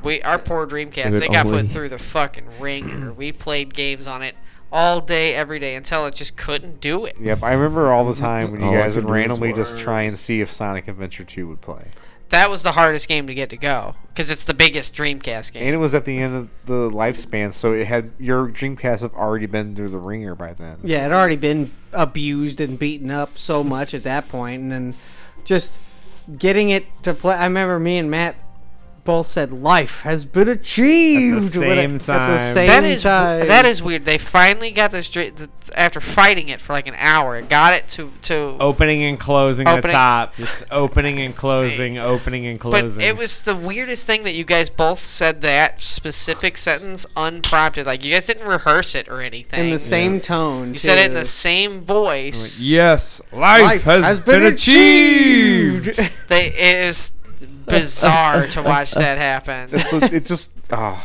We our poor Dreamcast,
If it
they got
only-
put through the fucking ringer. we played games on it all day, every day until it just couldn't do it.
Yep, I remember all the time when you
All Oh, I
guys
could
would
do was
randomly just try and see if Sonic Adventure 2 would play.
That was the hardest game to get to go because it's the biggest Dreamcast game.
And it was at the end of the lifespan, so it had your Dreamcast have already been through the ringer by then.
Yeah, it had already been abused and beaten up so much at that point, and then just getting it to play. I remember me and Matt both said, "Life has been achieved." when it- At
same
the
time.
same
that is
time.
that is weird. They finally got this dr- th- after fighting it for like an hour. It got it to to
Opening and closing the
Opening-
top, just opening and closing, opening and
but
closing.
it was the weirdest thing that you guys both said that specific sentence unprompted. Like you guys didn't rehearse it or anything.
in the same tone.
you said it in
too.
the same voice.
yes, life, has, been, achieved.
They, it is bizarre to watch that happen.
So it just oh,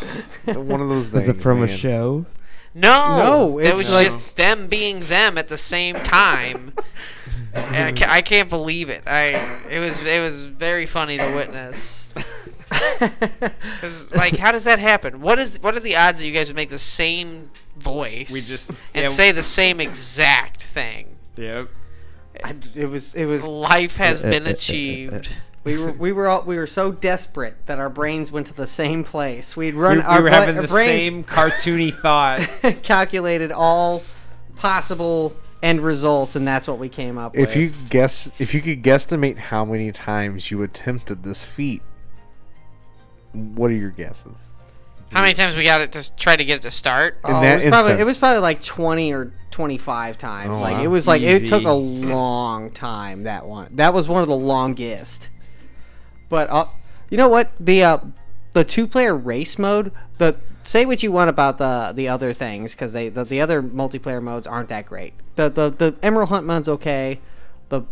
one of those things.
Is it from a
man.
show?
No,
No,
it
it's
was
like-
just them being them at the same time. And I, ca- I can't believe it. I it was it was very funny to witness. 'Cause, like, how does that happen? What is what are the odds that you guys would make the same voice?
We just-
and
yeah.
say the same exact thing.
Yep.
It-
I, it was it was
Life has been achieved.
we were we were all we were so desperate that our brains went to the same place. We'd run
we,
our,
we were
bla-
having
our
the
brains
same cartoony thought.
calculated all possible end results, and that's what we came up with.
If you guess, if you could guesstimate how many times you attempted this feat, what are your guesses?
How many times we got it to try to get it to start?
Oh,
that
it was probably it
instance.
was probably like twenty or twenty five times.
Oh,
like
wow.
it was like it took
Easy.
a long time that one. That was one of the longest. But uh, you know what the uh, the two player race mode the say what you want about the the other things because they the, the other multiplayer modes aren't that great. The the the Emerald Hunt mode's okay. The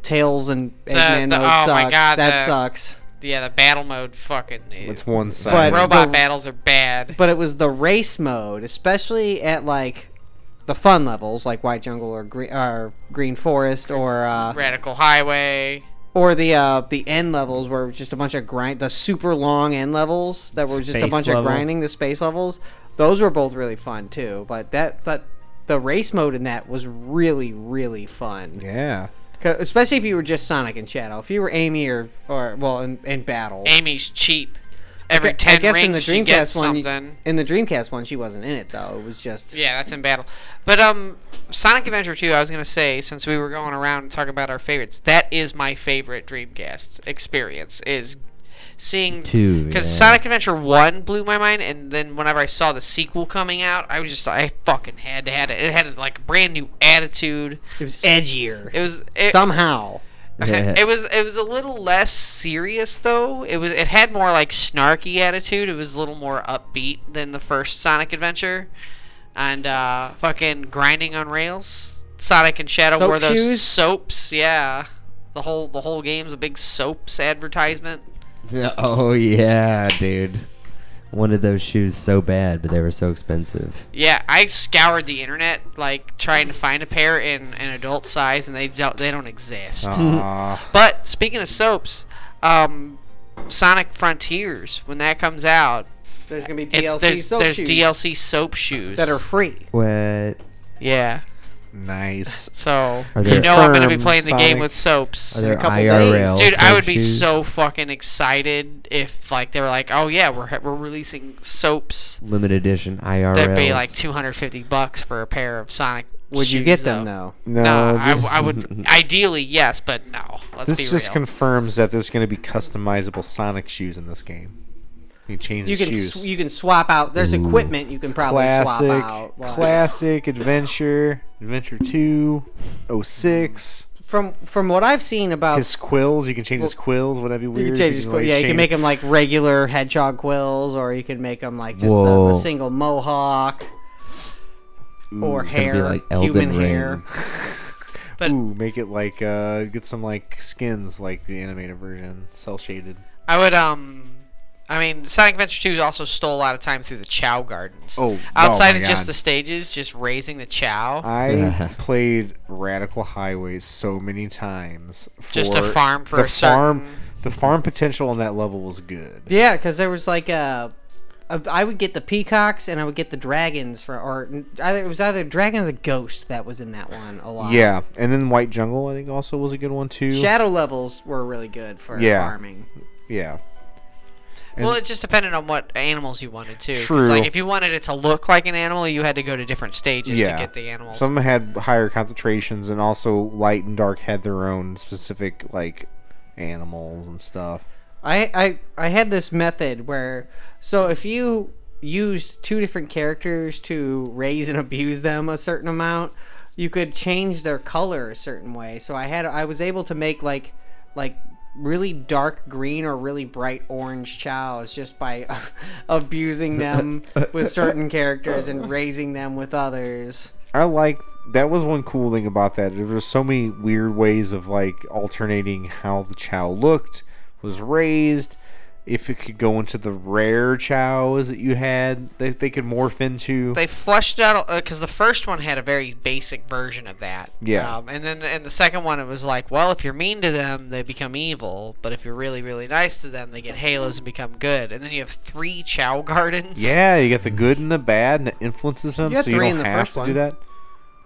Tails and Eggman
the-
mode
oh my
sucks. that
God, the-
sucks.
Yeah, the battle mode fucking. Is.
It's one
But-
side.
Robot
the-
battles are bad.
but it was the race mode, especially at like the fun levels, like White Jungle or Green, or Green Forest or uh,
Radical Highway.
or the uh, the end levels were just a bunch of grind, the super long end levels that were just a
Space
bunch of
level.
grinding, the space levels. Those were both really fun too, but that but the race mode in that was really really fun.
yeah.
'Cause- Especially if you were just Sonic and Shadow. If you were Amy or, or well, in, in battle,
Amy's cheap. Every
I
ten
guess
rings
in the
she gets
Dreamcast one, you-
something.
in the Dreamcast one, she wasn't in it though. It was just
Yeah, that's in battle. But um, Sonic Adventure 2. I was gonna say since we were going around and talking about our favorites, that is my favorite Dreamcast experience. Is seeing
Two,
because
yeah.
Sonic Adventure One blew my mind, and then whenever I saw the sequel coming out, I was just I fucking had to had it. It had like a brand new attitude.
It was edgier
It was it,
somehow.
Yeah.
it was it was a little less serious though. It was it had more like snarky attitude. It was a little more upbeat than the first Sonic Adventure, and uh, fucking grinding on rails. Sonic and Shadow
Soap
wore those
shoes?
soaps. Yeah, the whole the whole game's a big soaps advertisement.
oh yeah, dude. Wanted those shoes so bad, but they were so expensive.
Yeah, I scoured the internet like trying to find a pair in an adult size, and they don't they don't exist.
Mm-hmm.
Aw.
But speaking of soaps, um, Sonic Frontiers when that comes out.
There's gonna be DLC
It's, there's
soap
there's
shoes
DLC soap shoes
that are free.
What?
yeah.
nice.
So
Are
you
there-
know I'm gonna be
Firm
playing the game
Sonic-
with soaps.
Are there
couple
IRL?
Dude, I would be
shoes?
so fucking excited if like they were like, oh yeah, we're we're releasing soaps.
limited edition IRL.
That'd be like 250 bucks for a pair of Sonic.
Would you
shoes,
get them
though?
though?
No,
No, I,
Uh, this,
I would. Ideally, yes, but no. Let's
this
be real.
just confirms that there's going to be customizable Sonic shoes in this game. You change
You
the
can
shoes.
sw- you can swap out. There's equipment you can probably
classic,
swap out. Like,
classic adventure, adventure 2, 06.
from from what I've seen about
His quills, you can change his quills, would that be weird?
you can change his quill.
always
Yeah, you can
change-
make them like regular hedgehog quills, or you can make them like just the,
Whoa.
the single mohawk. or
gonna be
hair,
like
human
Elden
hair.
Ring.
But-
Ooh, make it like uh get some like skins like the animated version, cell shaded.
I would um I mean Sonic Adventure 2 also stole a lot of time through the Chow Gardens.
Oh, oh
outside
my
of just
God. Uh,
the stages, just raising the Chow.
I played Radical Highways so many times. For
Just to farm for
the
a
farm.
certain-
The farm potential on that level was good.
Yeah, because there was like a, a. I would get the peacocks and I would get the dragons for, or either it was either dragon or the ghost that was in that one a lot.
Yeah, and then White Jungle I think also was a good one too.
Shadow levels were really good for
Yeah.
farming.
yeah,
well, it just depended on what animals you wanted too. 'cause,
True.
Like if you wanted it to look like an animal, you had to go to different stages
yeah.
to get the animals.
Some had higher concentrations, and also light and dark had their own specific like animals and stuff.
I, I I had this method where so if you use two different characters to raise and abuse them a certain amount, you could change their color a certain way. So I had I was able to make like like really dark green or really bright orange chows just by abusing them with certain characters and raising them with others.
I like that was one cool thing about that. There were so many weird ways of like alternating how the chow looked, was raised, if it could go into the rare chows that you had, they, they could morph into.
they flushed out because the first one had a very basic version of that.
Yeah.
Um, and then and the second one, it was like, well, if you're mean to them, they become evil. But if you're really really nice to them, they get halos and become good. And then you have three Chow Gardens.
yeah, you got the good and the bad, and it influences them,
You had
so you
three in
don't
the
have
first
to
one.
do that.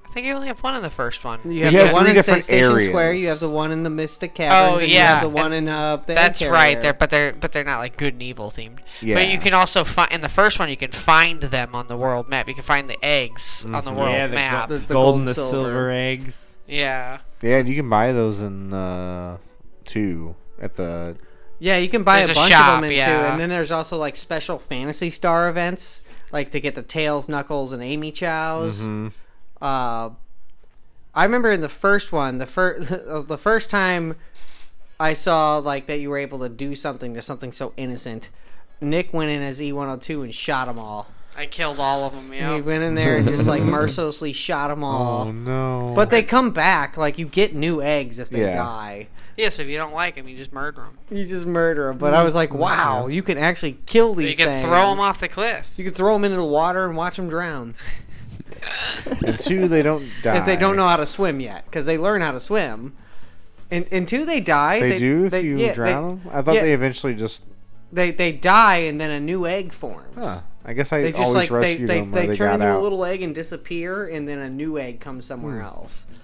I think you only have one in the first one.
You have
You
the
have
one
three
in Sa-
different
Station Square.
areas.
You have the one in the Mystic Caverns.
Oh,
and you have
yeah,
the one in
and
uh, the
That's right. They're
There,
but they're but they're not like good and evil themed.
Yeah.
But you can also find in the first one you can find them on the world map. You can find the eggs on
Mm-hmm.
the world
yeah,
map.
the,
The-
gold
the
golden,
gold,
the silver.
silver.
eggs.
yeah.
Yeah, you can buy those in uh, two at the.
yeah, you can buy a
There's a
bunch
shop,
of them in two,
yeah.
and then there's also like special Fantasy Star events, like to get the Tails, Knuckles, and Amy Chow's.
Mm-hmm.
Uh, I remember in the first one, the first the first time I saw like that you were able to do something to something so innocent. Nick went in as E E102 and shot them all.
I killed all of them.
He
Yeah.
went in there and just like mercilessly shot them all.
Oh, no!
But they come back. Like you get new eggs if they
Yeah.
die.
Yeah. So if you don't like them, you just murder them.
You just murder them. But
Mm.
I was like, wow, you can actually kill
You
these.
can
things.
throw them off the cliff.
You can throw them into the water and watch them drown
in two they don't die.
if they don't know how to swim yet, because they learn how to swim. And, and two, they die.
they, do if
they-
you
yeah,
drown them. I thought
yeah.
they eventually just.
They, they die and then a new egg forms.
Huh. I guess I
They just
always
like they,
rescued
they,
them when
they,
they,
turn
got
into
out. Hmm.
a little egg and disappear, and then a new egg comes somewhere else.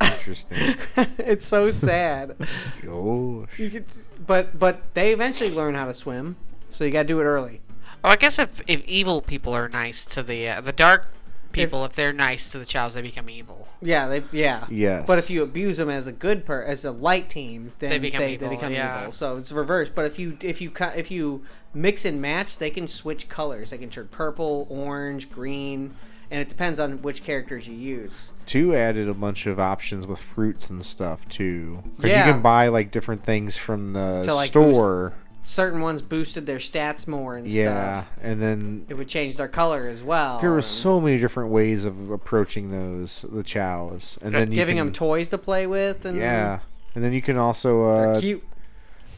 Interesting. Oh,
it's so sad.
Gosh.
You could- but but they eventually learn how to swim, so you got to do it early.
Oh, I guess if if evil people are nice to the uh, the dark people, if, they're nice to the childs, they become evil.
Yeah, they yeah.
Yes.
But if you abuse them as a good per as a light team, then they
They become
become, they,
evil,
become
yeah.
evil. So it's reversed. But if you if you cu- if you mix and match, they can switch colors. They can turn purple, orange, green, and it depends on which characters you use.
Two added a bunch of options with fruits and stuff too, because
Yeah.
you can buy like different things from the
To, like,
store.
Certain ones boosted their stats more and
yeah,
stuff.
and then
It would change their color as well.
there were
and
so many different ways of approaching those the chows, and then you
Uh, giving
can,
them toys to play with and
yeah, and then you can also
they're
uh,
cute.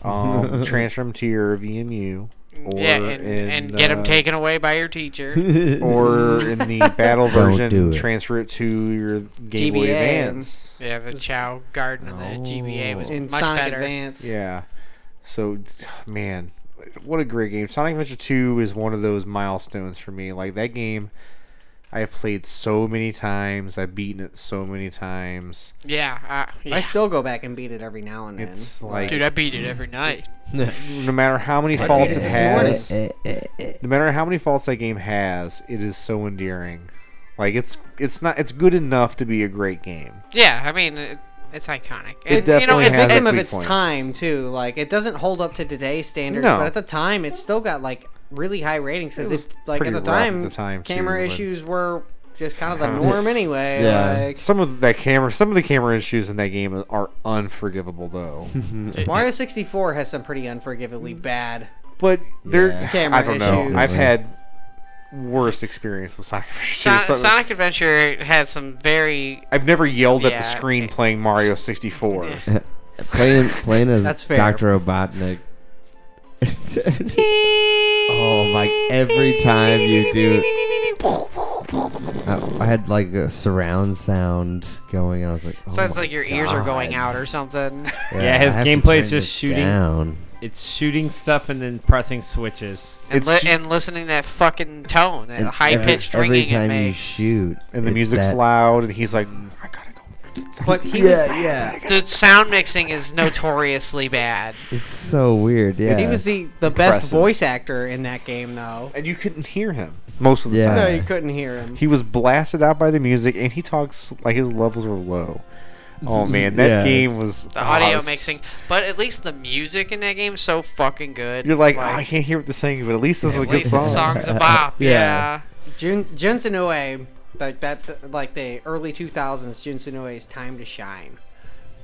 um, transfer them to your VMU. Or
yeah, and,
in,
and get them
uh,
taken away by your teacher.
Or in the battle
Don't do
version,
it.
transfer it to your Game Boy
GBA.
Advance.
yeah, the Chow Garden and
Oh.
the GBA was
In
much
Sonic
better.
Advance.
Yeah. So, man, what a great game. Sonic Adventure 2 is one of those milestones for me. Like, that game, I have played so many times. I've beaten it so many times.
Yeah, uh, yeah.
I still go back and beat it every now and then.
It's like,
Dude, I beat it every night.
no matter how many faults
beat
it
it this
has, no matter how many faults that game has, it is so endearing. Like it's it's not it's good enough to be a great game.
Yeah, I mean, it, it's iconic.
It
And, you know,
definitely
it's,
it's
has
a
its
game of
weak
its
points.
time too. Like it doesn't hold up to today's standards,
No.
but at the time it still got like really high ratings because
It was
it's like at
pretty
the
rough at
time,
the time,
camera
too, but-
issues were just kind of the norm anyway.
Yeah.
Like,
Some of that camera some of the camera issues in that game are unforgivable though.
Mario 64 has some pretty unforgivably
Mm.
bad.
But they're
Yeah.
Camera
I don't know.
issues.
I've had worse experience with Sonic Adventure.
Son-
2. So-
Sonic Adventure had some very.
I've never yelled at
Yeah.
the screen playing Mario 64.
playing playing as
That's fair.
Dr. Robotnik. oh my! Every time you do, Oh, I, I had like a surround sound going, and I was like, oh
Sounds
my
like your ears are going
God.
out or something.
Yeah, his
I have to
gameplay
turn
is just
this
shooting.
down.
It's shooting stuff and then pressing switches.
and,
It's-
li- and listening to that fucking tone, that
And
high pitched
every,
ringing
every time
it
you
makes.
shoot,
And the
it's
music's
that-
loud, and he's like, I gotta go.
But he was
Yeah, yeah.
The sound mixing is notoriously bad.
It's so weird. Yeah,
he was the the best
Impressive.
voice actor in that game though.
And you couldn't hear him most of the
Yeah.
time.
No, you couldn't hear him.
He was blasted out by the music, and he talks like his levels were low. Oh man, that
Yeah.
game was
The audio
was-
mixing, but at least the music in that game is so fucking good.
You're like, "Oh, I can't hear what they're saying, but at least this is a
at
good
least the
song.
song's a bop.
Yeah.
yeah.
Jun- Jensen Oe, like that, like the early 2000s, Jensen Oe's time to shine.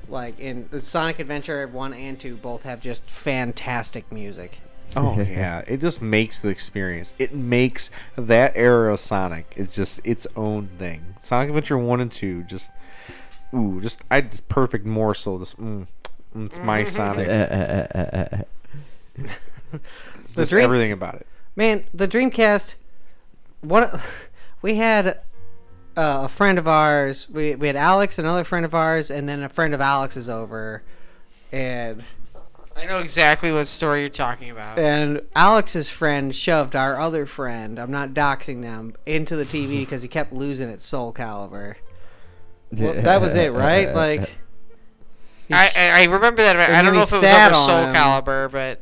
Like in Sonic Adventure one and two, both have just fantastic music.
Oh yeah, it just makes the experience. It makes that era of Sonic. It's just its own thing. Sonic Adventure One and Two, just ooh, just I just perfect morsel. Just mm, it's my
Mm-hmm.
Uh,
Sonic. Just
dream-
everything about it.
Man, the Dreamcast. What we had uh, a friend of ours. We we had Alex, another friend of ours, and then a friend of Alex's over, and
I know exactly what story you're talking about.
And Alex's friend shoved our other friend, I'm not doxing them, into the TV because he kept losing at Soul Calibur. Well, that was it, right? Like,
I, I I remember that. but
And
I
then
don't
he
know if it was
sat
over
on
Soul
him.
Caliber, but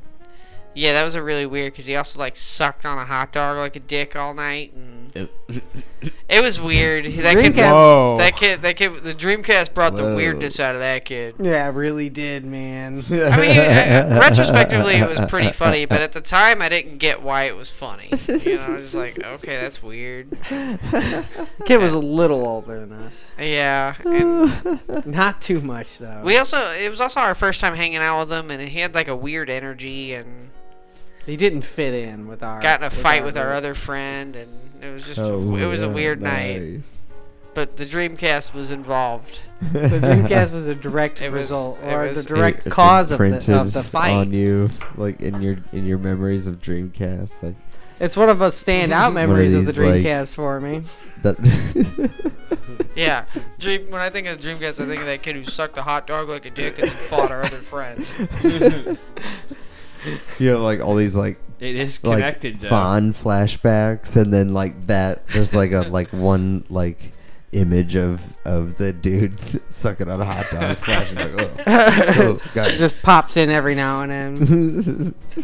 yeah, that was a really weird because he also like sucked on a hot dog like a dick all night, and it was weird. That kid,
Dreamcast-
Whoa.
was, that kid, that kid, the Dreamcast brought the
Whoa.
weirdness out of that kid.
yeah, really did, man.
I mean, uh, retrospectively, it was pretty funny, but at the time, I didn't get why it was funny. You know, I was just like, okay, that's weird.
Kid was a little older than us.
Yeah, and
Not too much, though.
we also it was also our first time hanging out with him, and he had like a weird energy and.
he didn't fit in with our.
got in a fight with our other friend, and it was just
Oh,
it was a weird night. But the Dreamcast was involved.
The Dreamcast was a direct
It was-
result,
it
or
was-
the direct cause of the, of the
on
fight.
you, like in your in your memories of Dreamcast, like
It's one of the standout memories of the
these, like-
Dreamcast for me.
that.
Yeah, Dream. When I think of the Dreamcast, I think of that kid who sucked a hot dog like a dick and then fought our other friend.
you have like all these like
It is
like
connected though.
fond flashbacks, and then like that there's like a like one like image of of the dude sucking on a hot dog, flashing like oh, oh
It just pops in every now and then.
god.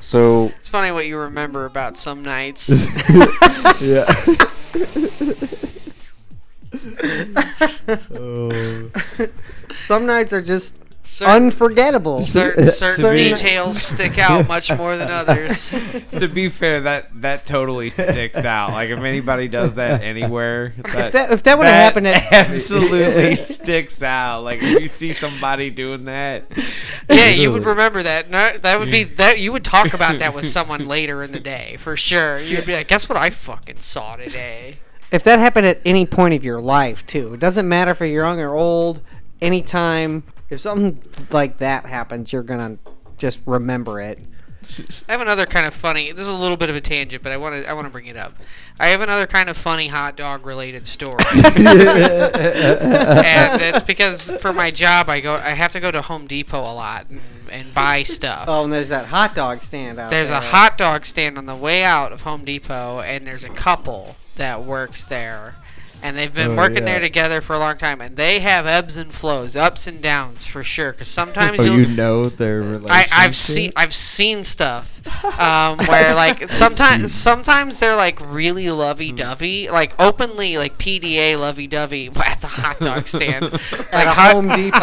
So
It's funny what you remember about some nights.
yeah. oh.
Some nights are just
Certain,
unforgettable.
certain, certain
Certain-
details stick out much more than others.
to be fair, that that totally sticks out. Like if anybody does that anywhere,
If that, if that would have happened at
absolutely sticks out. Like if you see somebody doing that,
Yeah, you would remember that. No, that would be that. You would talk about that with someone later in the day for sure. You'd be like, "Guess what I fucking saw today."
if that happened at any point of your life too it doesn't matter if you're young or old anytime if something like that happens you're gonna just remember it
I have another kind of funny. This is a little bit of a tangent, but I want to I want to bring it up. I have another kind of funny hot dog related story, and it's because for my job I go I have to go to Home Depot a lot and, and buy stuff.
oh and there's that hot dog stand out
There's
there.
a hot dog stand on the way out of Home Depot, and there's a couple that works there. And they've been
Oh,
working there
yeah.
together for a long time, and they have ebbs and flows, ups and downs for sure. Because sometimes
Oh,
you'll,
you know their relationship.
I, I've seen I've seen stuff um, where like sometimes sometimes they're like really lovey dovey, like openly like PDA lovey dovey at the hot dog stand, like
at a
hug-
home depot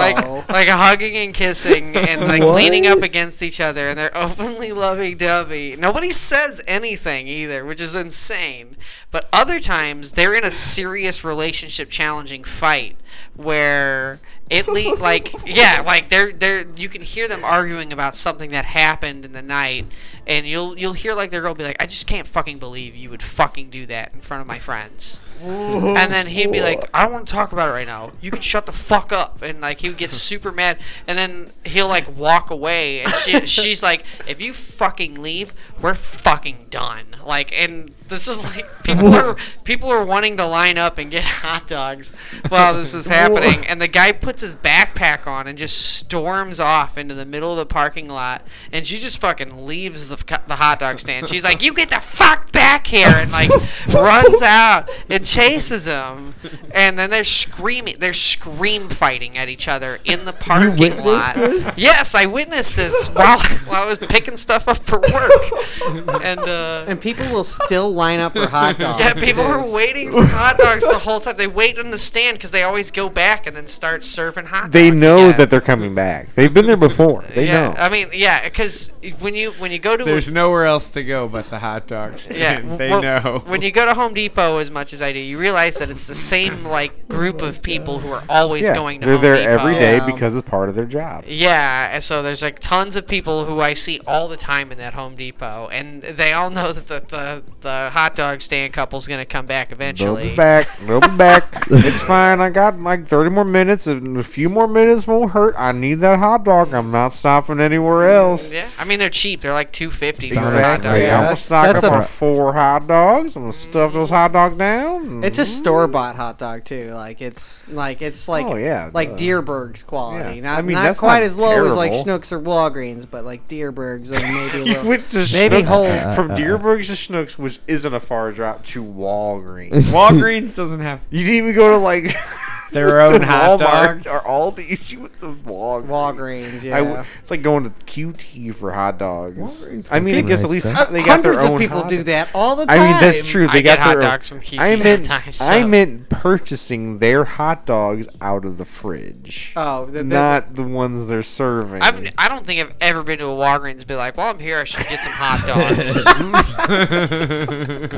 like like hugging and kissing and like
What?
leaning up against each other, and they're openly lovey dovey. Nobody says anything either, which is insane. But other times they're in a serious relationship challenging fight where it le- like yeah like they're they're you can hear them arguing about something that happened in the night and you'll you'll hear like their girl be like i just can't fucking believe you would fucking do that in front of my friends and then he'd be like i don't want to talk about it right now you can shut the fuck up and like he would get super mad and then he'll like walk away and she, she's like if you fucking leave we're fucking done like and this is like people are people are wanting to line up and get hot dogs while this is happening and the guy puts his backpack on and just storms off into the middle of the parking lot and she just fucking leaves the, co- the hot dog stand she's like you get the fuck back here and like runs out and chases him and then they're screaming they're scream fighting at each other in the parking lot yes i witnessed this while, while i was picking stuff up for work and uh
and people will still line up for hot dogs
yeah, people were waiting for hot dogs the whole time. They wait in the stand because they always go back and then start serving hot dogs.
they know
again.
that they're coming back. They've been there before. They
yeah,
know.
I mean, yeah, because when you when you go to
there's nowhere else to go but the hot dogs.
yeah,
they
well,
know.
when you go to Home Depot as much as I do, you realize that it's the same like group of people who are always
yeah,
going to
they're
Home
there
Depot.
every day
Yeah.
because it's part of their job.
Yeah, and so there's like tons of people who I see all the time in that Home Depot, and they all know that the the, the uh, hot dog stand couple's gonna come back
They'll
eventually.
be back. They'll be back. it's fine. I got like 30 more minutes. And a few more minutes won't hurt. I need that hot dog. I'm not stopping anywhere else.
Yeah, I mean they're cheap. They're like two fifty for a hot dog.
Exactly. I'm gonna
That's-
stock
that's
up
a-
on four hot dogs. I'm gonna stuff those hot dogs down.
It's a store bought hot dog too. Like it's like it's like
Oh, yeah,
like
duh.
Deerberg's quality.
Yeah.
Not,
I mean,
not
that's
quite
not
as low as like
terrible.
Schnucks or Walgreens, but like Deerberg's and maybe a
You
little.
went to
Maybe Uh,
Schnucks
whole-
from Deerbergs to Schnucks, which isn't a far drop to Walgreens.
Walgreens doesn't have
you didn't even go to like
their own
the
hot
Walmart
dogs.
or Aldi. You went to Walgreens.
Walgreens,
I w-
yeah.
it's like going to QT for hot dogs.
Walgreens
I mean, I
pretty
guess at
nice
least
stuff.
they got their
Uh, Hundreds
own.
of people
hot
do
dog-
that all the
I
time.
mean, that's true. They
I
got
get hot
their own-
dogs from QT
I meant,
sometimes,
I
so.
meant purchasing their hot dogs out of the fridge.
Oh, the- the-
not the ones they're serving.
I've, I don't think I've ever been to a Walgreens and be like, "Well, I'm here. I should get some hot dogs."
I've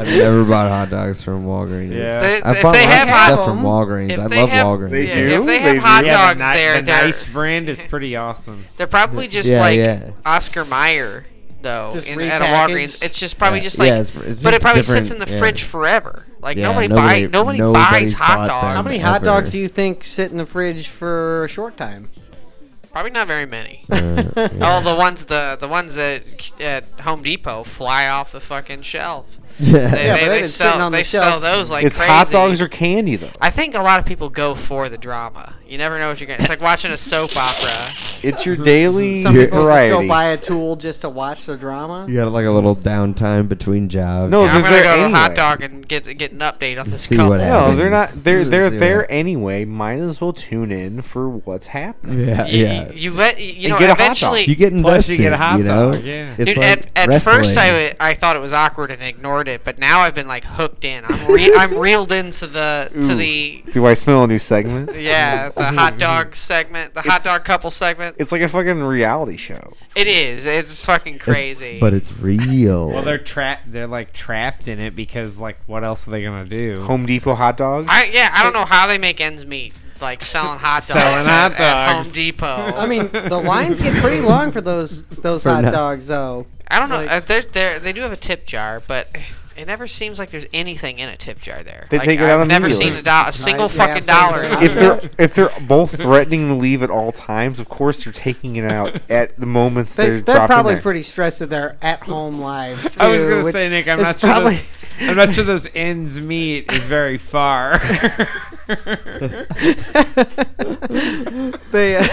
never bought hot dogs from Walgreens.
Yeah.
They-
I
if
bought
they
lots
have
of
hot,
stuff from Walgreens.
if
I
they
love
have,
Walgreens.
They
yeah,
do?
if they
They
have
do?
hot
Yeah,
yeah,
dogs
the, ni-
there,
the
they're
nice brand is pretty awesome.
they're probably just
Yeah,
like
yeah.
Oscar Mayer though
Just
in, at a
repackaged?
Walgreens. It's just probably
Yeah.
just
Yeah,
like,
it's- it's
but it
just
probably sits in
different,
the
yeah.
fridge forever. Like
Yeah,
nobody,
nobody-
buy nobody buys
nobody's
hot
bought them.
dogs.
How many
Ever.
hot dogs do you think sit in the fridge for a short time?
Probably not very many.
Uh, yeah.
Oh, the ones the the ones at at Home Depot fly off the fucking shelf. They,
Yeah, but
they,
they've
they
been sitting
sell
on the
they sell
shelf.
those like
it's
crazy.
hot dogs or candy though.
I think a lot of people go for the drama. You never know what you're gonna. It's like watching a soap opera.
It's your daily
Some people
variety.
just go buy a tool just to watch the drama.
You got like a little downtime between jobs.
No,
Yeah, I'm
they're
gonna
there
go to
anyway.
hot dog and get get an update on this
see
couple.
what happens.
No, they're not. They're
Let's
they're
see what-
there anyway. Might as well tune in for what's happening.
Yeah,
You,
yeah.
you let you know
get a hot dog.
eventually.
You get
Plus
invested.
you
You
get a hot
know?
dog, yeah.
It's
Dude,
like
at, at first I,
wrestling.
w- I thought it was awkward and ignored it, but now I've been like hooked in. I'm re- I'm reeled into the to
Ooh.
the
Do I smell a new segment?
yeah the hot dog segment, the hot
It's-
dog couple segment.
It's like a fucking reality show.
It is. It's fucking crazy.
but it's real.
Well, they're trapped. They're like trapped in it because like, what else are they gonna do?
Home Depot hot dogs.
I yeah, I don't know how they make ends meet, like selling hot dogs,
Selling
at,
hot
at
dogs.
Home Depot.
I mean, the lines get pretty long for those those
For
hot
no-
dogs, though.
I don't know.
like-
uh, they're, they're, they do have a tip jar, but it never seems like there's anything in a tip jar there.
They
Like,
take it
I've
out
never
immediately.
seen a, do- a single
yeah,
fucking
same
dollar.
thing.
in
if
it.
they're if they're both threatening to leave at all times, of course they're taking it out at the moments
They,
they're,
they're,
dropping
probably
there.
pretty stressed of their at-home lives. Too,
I was gonna
which
say, Nick, I'm
is
not sure.
probably-
Those, I'm not sure those ends meet is very far.
they, uh,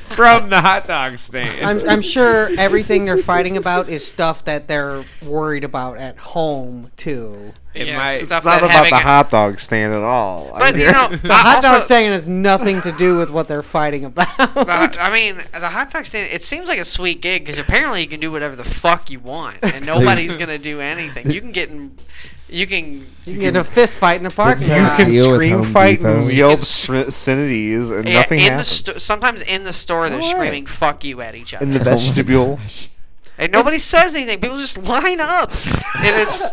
from the hot dog stand.
I'm, I'm sure everything they're fighting about is stuff that they're worried about at home too.
it
Yeah,
might-
stuff
It's not
that
about
having
the
a-
hot dog stand at all. I
But you
mean,
know,
The hot
also,
dog stand has nothing to do with what they're fighting about.
the hot- I mean, the hot dog stand. It seems like a sweet gig because apparently you can do whatever the fuck you want, and nobody's gonna do anything. You can get in, you can
you can get in a fist fight in a parking
you
Exactly.
lot.
can
Deal with
scream
Home
fight
Depot.
and
You
yell
can-
obscenities and
yeah,
nothing
in the
happens.
sto- sometimes in the store they're
Alright.
screaming "fuck you" at each other.
in the vestibule.
And nobody says anything. People just line up, and it's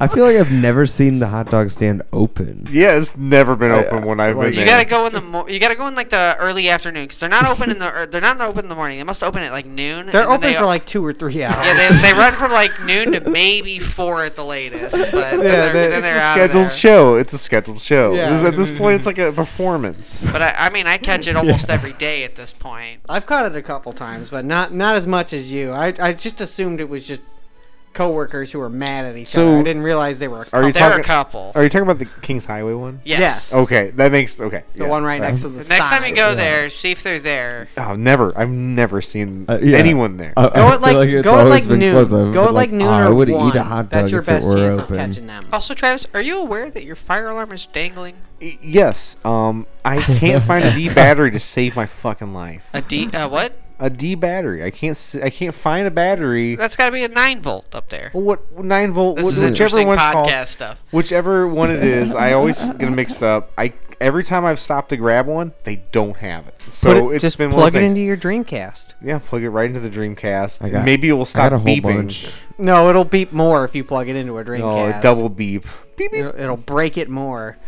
I feel like I've never seen the hot dog stand open.
yeah, it's never been open when I've
like-
been
you
there.
gotta go in the mo- you gotta go in like the early afternoon because they're not open in the er, they're not open in the morning. They must open at like noon. and
They're
then
open
they-
for like two or three hours.
yeah they, they run from like noon to maybe four at the latest. But then
yeah,
they're,
that-
then they're
it's a
out
scheduled
of there.
show. It's a scheduled show.
Yeah.
This- At this point, it's like a performance.
But I, I mean I catch it almost every day at this point.
I've caught it a couple times, but not not as much as you. I, I just assumed it was just coworkers who were mad at each
So,
other. I didn't realize they were a couple.
Are you
They're a
talking?
couple.
Are you talking about the King's Highway one?
Yes.
Yes.
Okay, that makes okay.
the one right next to the
Next time
sign.
you go there, see if they're there.
Oh, never. I've never seen
Uh, yeah.
anyone there.
I- I
Go
feel
at like,
it's
go at
always
like
been
noon.
close. I've
Go at
been
like noon
"Ah,
or
I would
one.
eat a hot dog
That's your
if
best
it were
chance
open.
of catching them.
Also, Travis, are you aware that your fire alarm is dangling?
Y- yes. Um, I can't find a D battery to save my fucking life.
A D? Uh, what?
A D battery. I can't. s- I can't find a battery.
That's got to be a nine volt up there.
Well, What nine volt?
This
wh-
is
whichever
interesting
one's
podcast
called.
stuff.
Whichever one it is, I always get them mixed up. I every time I've stopped to grab one, they don't have it. So
Put it-
it's
just
been one
plug
of those
it
things-
into your Dreamcast.
Yeah, plug it right into the Dreamcast.
I got-
Maybe it will
I
stop
got a whole
beeping.
bunch.
No, it'll beep more if you plug it into a
Oh,
Dreamcast.
it double beep. Beep beep.
It'll, it'll break it more.